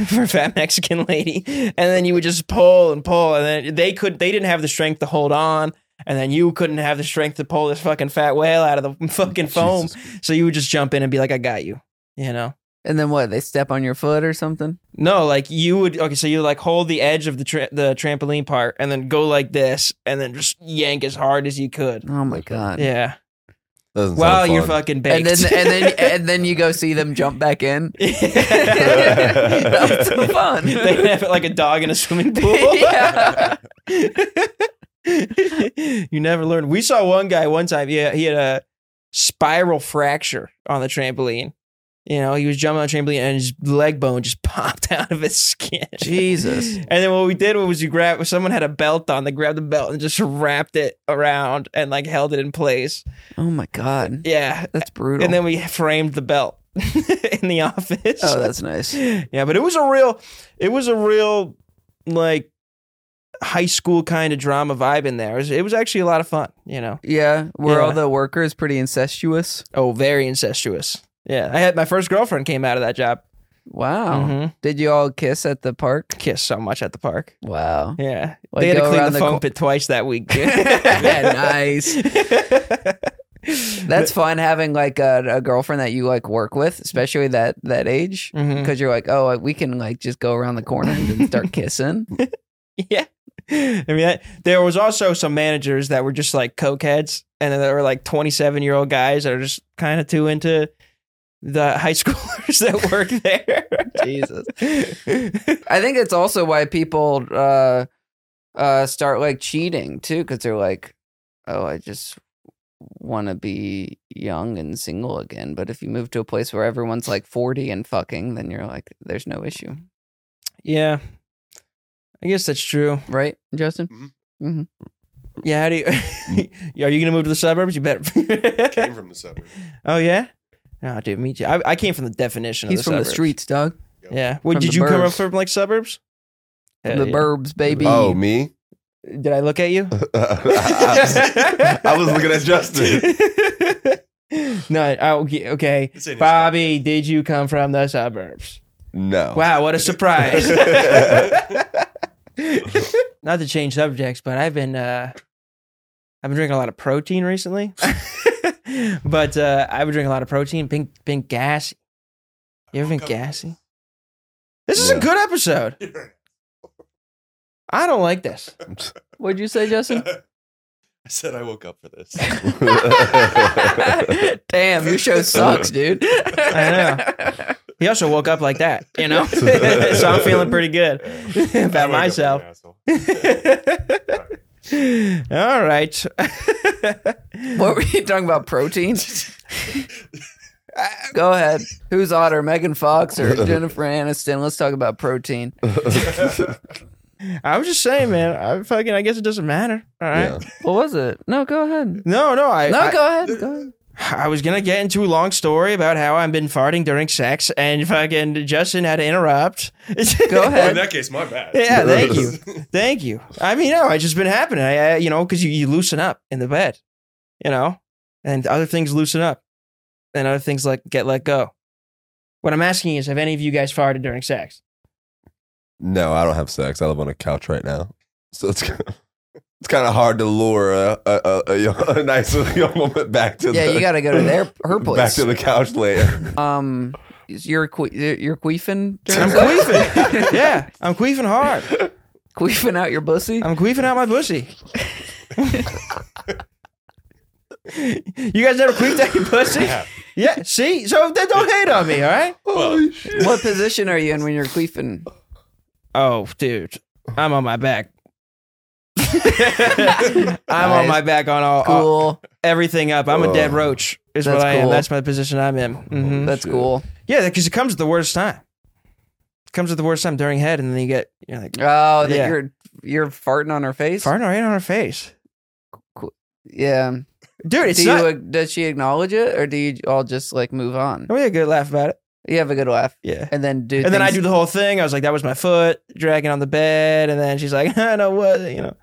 [SPEAKER 1] for a fat Mexican lady, and then you would just pull and pull, and then they could they didn't have the strength to hold on, and then you couldn't have the strength to pull this fucking fat whale out of the fucking foam.
[SPEAKER 2] Jesus.
[SPEAKER 1] So you would just jump in and be like, "I got you," you know.
[SPEAKER 3] And then what? They step on your foot or something?
[SPEAKER 1] No, like you would. Okay, so you like hold the edge of the tra- the trampoline part, and then go like this, and then just yank as hard as you could.
[SPEAKER 3] Oh my god.
[SPEAKER 1] Yeah.
[SPEAKER 2] Doesn't
[SPEAKER 1] Wow,
[SPEAKER 2] sound
[SPEAKER 1] you're
[SPEAKER 2] fun.
[SPEAKER 1] fucking
[SPEAKER 3] and
[SPEAKER 1] baked.
[SPEAKER 3] then and then and then you go see them jump back in.
[SPEAKER 1] That's
[SPEAKER 3] That's so fun.
[SPEAKER 1] they have it like a dog in a swimming pool.
[SPEAKER 3] yeah.
[SPEAKER 1] you never learn. We saw one guy one time. Yeah, he had a spiral fracture on the trampoline. You know, he was jumping on the trampoline and his leg bone just popped out of his skin.
[SPEAKER 3] Jesus.
[SPEAKER 1] And then what we did was you grab someone had a belt on, they grabbed the belt and just wrapped it around and like held it in place.
[SPEAKER 3] Oh my god.
[SPEAKER 1] Yeah.
[SPEAKER 3] That's brutal.
[SPEAKER 1] And then we framed the belt in the office.
[SPEAKER 3] oh, that's nice.
[SPEAKER 1] Yeah, but it was a real, it was a real like high school kind of drama vibe in there. It was, it was actually a lot of fun, you know.
[SPEAKER 3] Yeah, were
[SPEAKER 1] Yeah.
[SPEAKER 3] all the workers pretty incestuous?
[SPEAKER 1] Oh, very incestuous. Yeah, I had my first girlfriend came out of that job.
[SPEAKER 3] Wow.
[SPEAKER 1] Mhm.
[SPEAKER 3] Did you all kiss at the park?
[SPEAKER 1] Kissed so much at the park.
[SPEAKER 3] Wow.
[SPEAKER 1] Yeah,
[SPEAKER 3] Like,
[SPEAKER 1] they had to
[SPEAKER 3] go
[SPEAKER 1] clean
[SPEAKER 3] around
[SPEAKER 1] the
[SPEAKER 3] the
[SPEAKER 1] foam
[SPEAKER 3] cor-
[SPEAKER 1] pit twice that week.
[SPEAKER 3] yeah, nice. That's fun having like a, a girlfriend that you like work with, especially that that age,
[SPEAKER 1] Mhm.
[SPEAKER 3] because you're like, oh, we can like just go around the corner and then start kissing.
[SPEAKER 1] Yeah. I mean, that, there was also some managers that were just like cokeheads, and then there were like 27 year old guys that are just kind of too into the high schoolers that work there.
[SPEAKER 3] Jesus. I think it's also why people uh, uh, start like cheating too, because they're like, oh, I just want to be young and single again. But if you move to a place where everyone's like 40 and fucking, then you're like, there's no issue.
[SPEAKER 1] yeah. I guess that's true.
[SPEAKER 3] Right, Justin?
[SPEAKER 1] Yeah. How do you,
[SPEAKER 3] Mm.
[SPEAKER 1] are you going to move to the suburbs? You better.
[SPEAKER 5] Came from the suburbs.
[SPEAKER 1] oh, yeah. Oh, dude, me too. I, I came from the definition
[SPEAKER 3] He's
[SPEAKER 1] of the
[SPEAKER 3] from
[SPEAKER 1] suburbs.
[SPEAKER 3] the streets, dog.
[SPEAKER 1] Yeah. Well,
[SPEAKER 3] From
[SPEAKER 1] did
[SPEAKER 3] the
[SPEAKER 1] you come up
[SPEAKER 3] burbs.
[SPEAKER 1] from like suburbs?
[SPEAKER 3] From
[SPEAKER 1] Hell
[SPEAKER 3] the
[SPEAKER 1] yeah.
[SPEAKER 3] burbs, baby.
[SPEAKER 2] Oh, me?
[SPEAKER 1] Did I look at you?
[SPEAKER 2] I, was looking at Justin.
[SPEAKER 1] no, oh, yeah, okay.
[SPEAKER 5] It's in his
[SPEAKER 1] Bobby, did you come from the suburbs?
[SPEAKER 2] No.
[SPEAKER 1] Oh. Wow, what a surprise. Not to change subjects, but I've been uh I've been drinking a lot of protein recently. but uh I've been drinking a lot of protein, been been gassy. You ever been gassy? This is a
[SPEAKER 2] Yeah.
[SPEAKER 1] good episode. I don't like this.
[SPEAKER 3] What'd you say, Justin?
[SPEAKER 5] I said I woke up for this.
[SPEAKER 3] Damn, your show sucks, dude.
[SPEAKER 1] I know. He also woke up like that, you know? so I'm feeling pretty good
[SPEAKER 5] I
[SPEAKER 1] about
[SPEAKER 5] woke up
[SPEAKER 1] myself.
[SPEAKER 5] like an asshole.
[SPEAKER 1] All right.
[SPEAKER 3] What were you talking about? Protein? Go ahead. Who's hotter, Megan Fox or Jennifer Aniston? Let's talk about protein.
[SPEAKER 1] I was just saying, man. I fucking. I guess it doesn't matter. All right.
[SPEAKER 2] Yeah.
[SPEAKER 3] What was it? No, go ahead.
[SPEAKER 1] No, no. I,
[SPEAKER 3] No,
[SPEAKER 1] I
[SPEAKER 3] go ahead. Go ahead.
[SPEAKER 1] I was gonna get into a long story about how I've been farting during sex, and fucking Justin had to interrupt.
[SPEAKER 3] Go
[SPEAKER 5] Oh, in
[SPEAKER 3] ahead.
[SPEAKER 5] that case, my bad.
[SPEAKER 1] yeah. Thank you. Thank you. I mean, no. It's just been happening. I, I you know, because you, you loosen up in the bed, you know, and other things loosen up, and other things like get let go. What I'm asking is, have any of you guys farted during sex?
[SPEAKER 2] No, I don't have sex. I live on a couch right now, so it's kind of, it's kind of hard to lure a a, a, a, young, a nice young woman back to
[SPEAKER 3] Yeah,
[SPEAKER 2] the,
[SPEAKER 3] you got to go to their her
[SPEAKER 2] back
[SPEAKER 3] place.
[SPEAKER 2] to the couch later.
[SPEAKER 3] Um, is your que- your queefing?
[SPEAKER 1] I'm queefing. yeah, I'm queefing hard.
[SPEAKER 3] queefing out your pussy.
[SPEAKER 1] I'm queefing out my pussy. you guys never queefed out your pussy?
[SPEAKER 5] Yeah.
[SPEAKER 1] Yeah, see? So they don't hate on me, all right?
[SPEAKER 5] Well,
[SPEAKER 3] What position are you in when you're queefing?
[SPEAKER 2] Uh,
[SPEAKER 1] Oh, dude. I'm on my back. I'm on
[SPEAKER 3] Nice.
[SPEAKER 1] my back on all, all-
[SPEAKER 3] Cool.
[SPEAKER 1] everything up. I'm a dead roach, is
[SPEAKER 3] That's
[SPEAKER 1] what I am.
[SPEAKER 3] cool.
[SPEAKER 1] That's my position I'm in. Mhm.
[SPEAKER 3] That's cool.
[SPEAKER 1] Yeah, because it comes at the worst time. It comes at the worst time during head, and then you get, you're like,
[SPEAKER 3] Oh, that
[SPEAKER 1] Yeah.
[SPEAKER 3] you're you're farting on her face.
[SPEAKER 1] farting right on her face.
[SPEAKER 3] Yeah.
[SPEAKER 1] Dude, it's
[SPEAKER 3] do
[SPEAKER 1] not.
[SPEAKER 3] you ag- does she acknowledge it or do you all just like move on?
[SPEAKER 1] we had a good laugh about it.
[SPEAKER 3] You have a good laugh
[SPEAKER 1] Yeah.
[SPEAKER 3] and then do
[SPEAKER 1] and then I do
[SPEAKER 3] things-
[SPEAKER 1] the whole thing. I was like, that was my foot dragging on the bed, and then she's like, I know what, you know.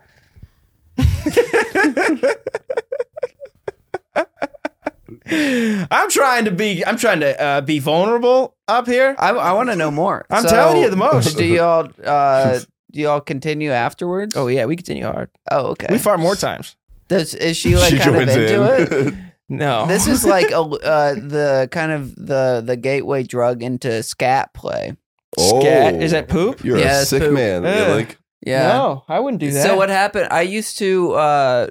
[SPEAKER 1] I'm trying to be, I'm trying to uh, be vulnerable up here.
[SPEAKER 3] I, I want to know more.
[SPEAKER 1] I'm
[SPEAKER 3] So,
[SPEAKER 1] telling you the most.
[SPEAKER 3] Do y'all uh, do y'all continue afterwards?
[SPEAKER 1] Oh yeah, we continue hard.
[SPEAKER 3] oh okay.
[SPEAKER 1] We far more times.
[SPEAKER 3] does is she like
[SPEAKER 2] she
[SPEAKER 3] kind of
[SPEAKER 2] joins
[SPEAKER 3] into it?
[SPEAKER 2] in.
[SPEAKER 1] No,
[SPEAKER 3] This is like a, uh, the kind of the the gateway drug into scat play.
[SPEAKER 1] scat.
[SPEAKER 2] Oh.
[SPEAKER 1] Is that poop?
[SPEAKER 2] You're
[SPEAKER 3] Yeah,
[SPEAKER 2] a
[SPEAKER 3] that's
[SPEAKER 2] sick
[SPEAKER 3] poop.
[SPEAKER 2] man.
[SPEAKER 1] Ugh.
[SPEAKER 2] You're like
[SPEAKER 3] Yeah.
[SPEAKER 1] No, I wouldn't do that.
[SPEAKER 3] So what happened? I used to uh,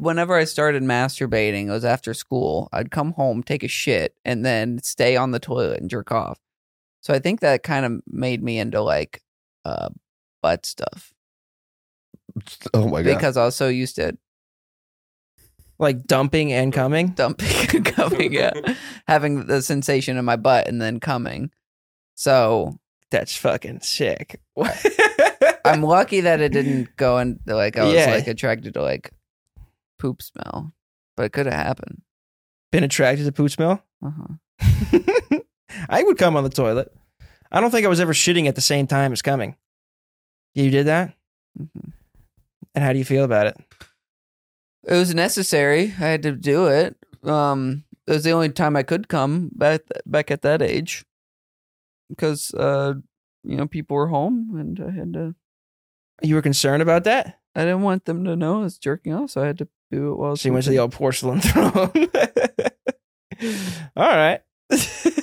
[SPEAKER 3] whenever I started masturbating, it was after school. I'd come home, take a shit, and then stay on the toilet and jerk off. So I think that kind of made me into like uh, butt stuff
[SPEAKER 2] Oh my god.
[SPEAKER 3] because I was so used to
[SPEAKER 1] Like dumping and coming.
[SPEAKER 3] dumping and coming, yeah, having the sensation in my butt and then coming. So
[SPEAKER 1] That's fucking sick.
[SPEAKER 3] I'm lucky that it didn't go and like I was
[SPEAKER 1] Yeah.
[SPEAKER 3] like attracted to like poop smell, but it could have happened.
[SPEAKER 1] Been attracted to poop smell.
[SPEAKER 3] Uh-huh.
[SPEAKER 1] I would come on the toilet. I don't think I was ever shitting at the same time as coming. You did that?
[SPEAKER 3] Mhm.
[SPEAKER 1] And how do you feel about it?
[SPEAKER 3] It was necessary. I had to do it. Um, it was the only time I could come back back at that age, because uh, you know people were home and I had to.
[SPEAKER 1] You were concerned about that?
[SPEAKER 3] I didn't want them to know I was jerking off, so I had to do it while. I was
[SPEAKER 1] So you went to the
[SPEAKER 3] pooping.
[SPEAKER 1] old porcelain throne. All right.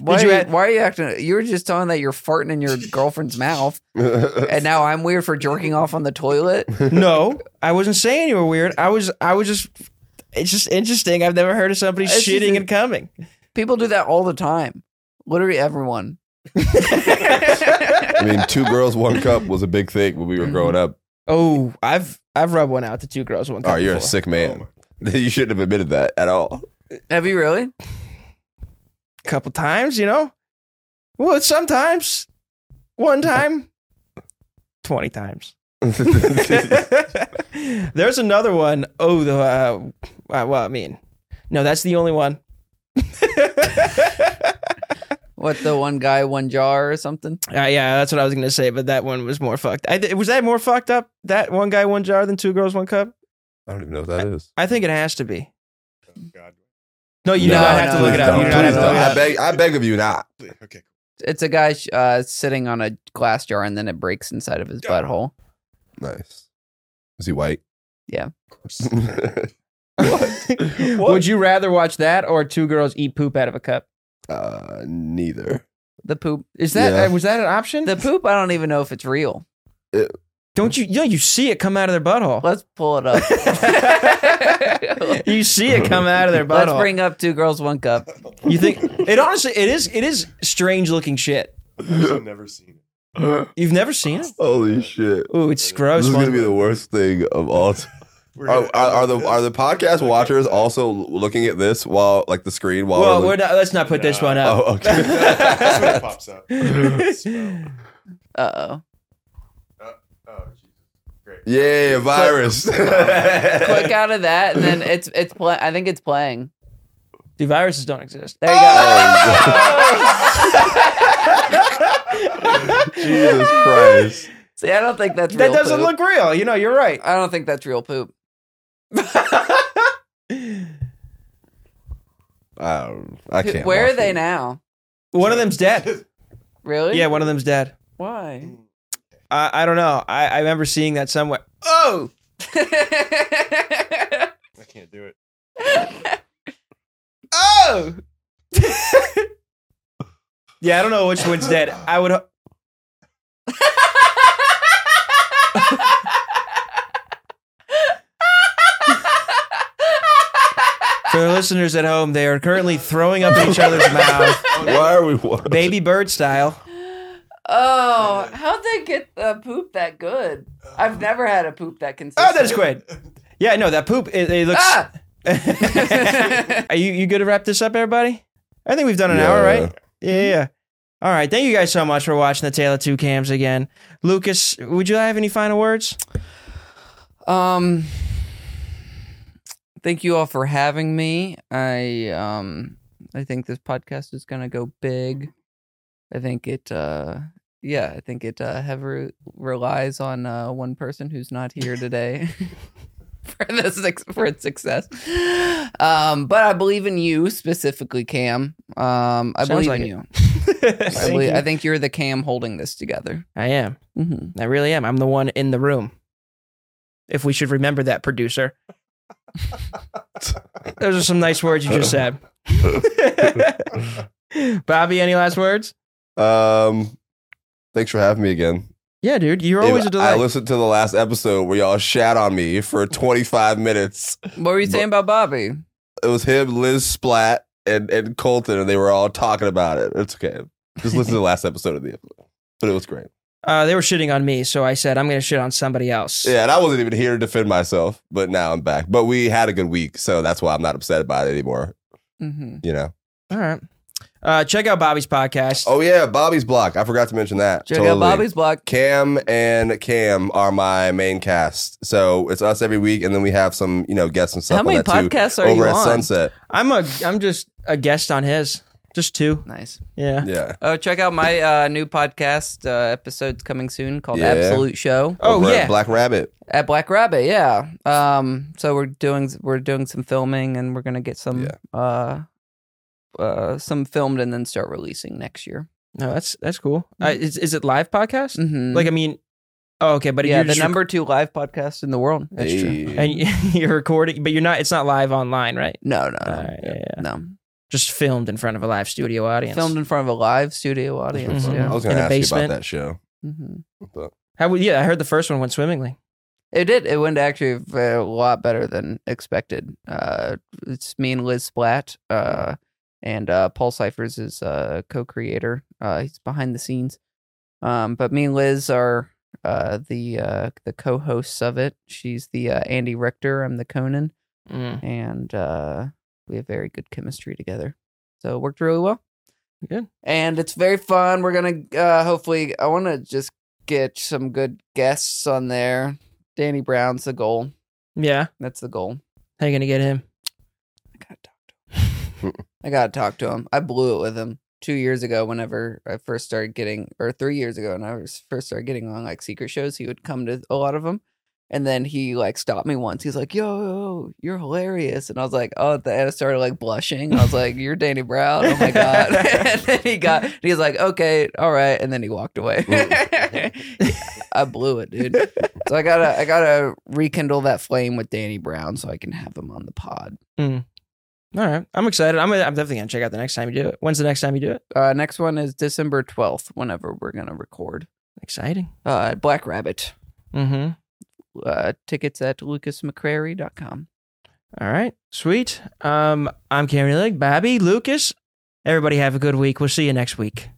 [SPEAKER 3] Why,
[SPEAKER 1] Did you e-,
[SPEAKER 3] are you,
[SPEAKER 1] act-
[SPEAKER 3] why are you acting? You were just telling that you're farting in your girlfriend's mouth, and now I'm weird for jerking off on the toilet.
[SPEAKER 1] no, I wasn't saying you were weird. I was I was just it's just interesting. I've never heard of somebody
[SPEAKER 3] It's just
[SPEAKER 1] shitting
[SPEAKER 3] a-
[SPEAKER 1] and coming.
[SPEAKER 3] People do that all the time. Literally everyone.
[SPEAKER 2] I mean, two girls, one cup was a big thing when we were growing up.
[SPEAKER 1] oh, I've I've rubbed one out to two girls one time.
[SPEAKER 2] Oh, you're a
[SPEAKER 1] before.
[SPEAKER 2] sick man. You shouldn't have admitted that at all.
[SPEAKER 3] Have you really?
[SPEAKER 1] couple times, you know? Well, it's sometimes. One time. 20 times. There's another one. Oh, the, uh, uh, well, I mean, no, that's the only one.
[SPEAKER 3] What the one guy, one jar or something?
[SPEAKER 1] Uh, yeah, that's what I was going to say, but that one was more fucked. I, th- was that more fucked up? That one guy, one jar, than two girls, one cup?
[SPEAKER 2] I don't even know what that is.
[SPEAKER 1] I think it has to be.
[SPEAKER 5] Oh, God.
[SPEAKER 1] No, Oh, you
[SPEAKER 3] No,
[SPEAKER 1] don't have to
[SPEAKER 3] no,
[SPEAKER 1] look it
[SPEAKER 2] please
[SPEAKER 1] up. You
[SPEAKER 2] don't.
[SPEAKER 1] don't have
[SPEAKER 2] Please
[SPEAKER 1] to
[SPEAKER 2] don't.
[SPEAKER 1] look it
[SPEAKER 2] I
[SPEAKER 1] up.
[SPEAKER 2] beg, I beg of you not.
[SPEAKER 5] Okay.
[SPEAKER 3] It's a guy sh- uh, sitting on a glass jar and then it breaks inside of his butthole.
[SPEAKER 2] Nice. Is he white?
[SPEAKER 3] Yeah.
[SPEAKER 5] Of course.
[SPEAKER 1] Would you rather watch that or two girls eat poop out of a cup?
[SPEAKER 2] uh, neither.
[SPEAKER 3] The poop.
[SPEAKER 1] Is that
[SPEAKER 2] Yeah.
[SPEAKER 1] uh, was that an option?
[SPEAKER 3] The poop, I don't even know if it's real.
[SPEAKER 1] Don't you? You know, you see it come out of their butthole.
[SPEAKER 3] Let's pull it up.
[SPEAKER 1] you see it come out of their
[SPEAKER 3] Let's
[SPEAKER 1] butthole.
[SPEAKER 3] bring up two girls, one cup.
[SPEAKER 1] you think it honestly? It is. It is strange looking shit.
[SPEAKER 5] I've never seen it.
[SPEAKER 1] You've never seen it?
[SPEAKER 2] Holy shit.
[SPEAKER 1] Ooh, it's
[SPEAKER 2] This
[SPEAKER 1] gross.
[SPEAKER 2] is gonna
[SPEAKER 1] man.
[SPEAKER 2] be the worst thing of all time.
[SPEAKER 5] We're
[SPEAKER 2] Are,
[SPEAKER 5] gonna-
[SPEAKER 2] are, are the are the podcast watchers also looking at this while like the screen while
[SPEAKER 1] well,
[SPEAKER 2] we're
[SPEAKER 1] we're not, let's not put this one up.
[SPEAKER 2] oh
[SPEAKER 5] That's when
[SPEAKER 2] okay
[SPEAKER 5] it pops up. Smell.
[SPEAKER 3] Uh
[SPEAKER 5] Oh, Jesus. Great.
[SPEAKER 2] yeah virus
[SPEAKER 3] oh. Click out of that, and then it's it's. Pl- I think it's playing.
[SPEAKER 1] The viruses don't exist.
[SPEAKER 3] There you go.
[SPEAKER 1] Ah!
[SPEAKER 2] Jesus Christ
[SPEAKER 3] See, I don't think that's
[SPEAKER 1] That
[SPEAKER 3] real
[SPEAKER 1] doesn't
[SPEAKER 3] poop.
[SPEAKER 1] look real. You know, you're right.
[SPEAKER 3] I don't think that's real poop.
[SPEAKER 2] I, don't- I can't
[SPEAKER 3] Where are
[SPEAKER 2] watch
[SPEAKER 3] they
[SPEAKER 2] it.
[SPEAKER 3] now?
[SPEAKER 1] one of them's dead.
[SPEAKER 3] Really?
[SPEAKER 1] Yeah, one of them's dead.
[SPEAKER 3] Why?
[SPEAKER 1] I, I don't know. I, I remember seeing that somewhere. Oh,
[SPEAKER 5] I can't do it.
[SPEAKER 1] oh. yeah, I don't know which one's dead. I would. For the listeners at home, they are currently throwing up in each other's mouth,
[SPEAKER 2] why are we watching
[SPEAKER 1] baby bird style.
[SPEAKER 3] oh, how'd they get the poop that good? I've never had a poop that consistent.
[SPEAKER 1] Oh, that's great. Yeah, no, that poop. It, it looks.
[SPEAKER 3] Ah!
[SPEAKER 1] are you you good to wrap this up, everybody? I think we've done an hour,
[SPEAKER 2] Yeah.
[SPEAKER 1] right? Yeah,
[SPEAKER 3] Mm-hmm.
[SPEAKER 1] yeah, yeah. All right. Thank you guys so much for watching the Tale of Two Cams again. Lucas, would you have any final words?
[SPEAKER 3] Um, thank you all for having me. I um, I think this podcast is gonna go big. I think it. Uh, yeah, I think it uh, heavily relies on uh, one person who's not here today. For the suc- for its success, um, but I believe in you specifically, Cam. Um, I
[SPEAKER 1] Sounds
[SPEAKER 3] believe
[SPEAKER 1] like
[SPEAKER 3] in
[SPEAKER 1] it.
[SPEAKER 3] you. I,
[SPEAKER 1] Thank
[SPEAKER 3] believe,
[SPEAKER 1] you.
[SPEAKER 3] I think you're the Cam holding this together.
[SPEAKER 1] I am.
[SPEAKER 3] Mm-hmm.
[SPEAKER 1] I really am. I'm the one in the room. If we should remember that, producer. Those are some nice words you just said. Bobby, any last words?
[SPEAKER 2] um thanks for having me again
[SPEAKER 1] Yeah, dude, you're always a
[SPEAKER 2] I
[SPEAKER 1] delight.
[SPEAKER 2] listened to the last episode where y'all shat on me for 25 minutes.
[SPEAKER 3] What were you saying about Bobby?
[SPEAKER 2] It was him, Liz Splat, and, and Colton, and they were all talking about it. It's okay. Just listen to the last episode of the episode. But it was great.
[SPEAKER 1] uh, they were shitting on me, so I said I'm gonna shit on somebody else.
[SPEAKER 2] Yeah, and I wasn't even here to defend myself, but now I'm back. But we had a good week, so that's why I'm not upset about it anymore.
[SPEAKER 3] Mm-hmm.
[SPEAKER 2] You know.
[SPEAKER 1] All right. Uh, check out Bobby's podcast.
[SPEAKER 2] Oh yeah, Bobby's block. I forgot to mention that.
[SPEAKER 3] Check out
[SPEAKER 2] Totally.
[SPEAKER 3] Bobby's block.
[SPEAKER 2] Cam and Cam are my main cast, so it's us every week, and then we have some you know guests and stuff.
[SPEAKER 3] How
[SPEAKER 2] on
[SPEAKER 3] many
[SPEAKER 2] that too,
[SPEAKER 3] podcasts are
[SPEAKER 2] over
[SPEAKER 3] you
[SPEAKER 2] at
[SPEAKER 3] on?
[SPEAKER 2] Sunset?
[SPEAKER 1] I'm a I'm just a guest on his. Just two.
[SPEAKER 3] Nice.
[SPEAKER 1] Yeah.
[SPEAKER 2] Yeah.
[SPEAKER 3] Oh, check out my uh, new podcast uh, episodes coming soon called
[SPEAKER 2] Yeah.
[SPEAKER 3] Absolute Show
[SPEAKER 1] Oh
[SPEAKER 2] Over at
[SPEAKER 1] yeah.
[SPEAKER 2] Black Rabbit.
[SPEAKER 3] at Black Rabbit. Yeah. Um. So we're doing we're doing some filming and we're gonna get some uh, uh, some filmed and then start releasing next year.
[SPEAKER 1] no, that's that's cool.
[SPEAKER 3] Mm.
[SPEAKER 1] Uh, is is it live podcast?
[SPEAKER 3] Mm-hmm.
[SPEAKER 1] Like I mean, oh okay, but
[SPEAKER 3] yeah,
[SPEAKER 1] you're
[SPEAKER 3] the
[SPEAKER 1] just rec-
[SPEAKER 3] number two live podcast in the world.
[SPEAKER 1] That's true.
[SPEAKER 2] Hey.
[SPEAKER 1] And you're recording, but you're not. It's not live online, right?
[SPEAKER 3] No, no, no,
[SPEAKER 1] All right, yeah, yeah.
[SPEAKER 3] no.
[SPEAKER 1] Just filmed in front of a live studio audience.
[SPEAKER 3] Filmed in front of a live studio audience.
[SPEAKER 1] Mhm.
[SPEAKER 2] I
[SPEAKER 3] Oh, Yeah.
[SPEAKER 2] was going to
[SPEAKER 1] In a
[SPEAKER 2] ask you
[SPEAKER 1] basement.
[SPEAKER 2] about that show.
[SPEAKER 3] hmm
[SPEAKER 2] But
[SPEAKER 1] How we, yeah, I heard the first one went swimmingly.
[SPEAKER 3] It did. It went actually a lot better than expected. Uh, it's me and Liz Splat, uh, and uh, Paul Cyphers is uh, co-creator. Uh, he's behind the scenes, um, but me and Liz are uh, the uh, the co-hosts of it. She's the uh, Andy Richter. I'm the Conan,
[SPEAKER 1] Mm.
[SPEAKER 3] and uh, we have very good chemistry together. So it worked really well.
[SPEAKER 1] Good.
[SPEAKER 3] And it's very fun. We're gonna uh, hopefully. I want to just get some good guests on there. Danny Brown's the goal.
[SPEAKER 1] Yeah,
[SPEAKER 3] That's the goal.
[SPEAKER 1] how you gonna get him?
[SPEAKER 3] I gotta talk to him. I gotta talk to him. I blew it with him two years ago. Whenever I first started getting, or three years ago, when I was first started getting on like secret shows, he would come to a lot of them. And then he like stopped me once. He's like, "Yo, yo, you're hilarious," and I was like, "Oh!" And I started like blushing. I was like, "You're Danny Brown." Oh my god! and then he got. and He's like, "Okay, all right," and then he walked away. I blew it, dude. So I gotta, I gotta rekindle that flame with Danny Brown so I can have him on the pod.
[SPEAKER 1] All right, I'm excited. I'm gonna, I'm definitely gonna check out the next time you do it. When's the next time you do it?
[SPEAKER 3] Uh, next one is December 12th, whenever we're going to record.
[SPEAKER 1] Exciting.
[SPEAKER 3] Uh, Black Rabbit.
[SPEAKER 1] Mm-hmm.
[SPEAKER 3] Uh, tickets at lucasmccrary.com.
[SPEAKER 1] All right, sweet. Um, I'm Cameron Leg, Bobby, Lucas. Everybody have a good week. We'll see you next week.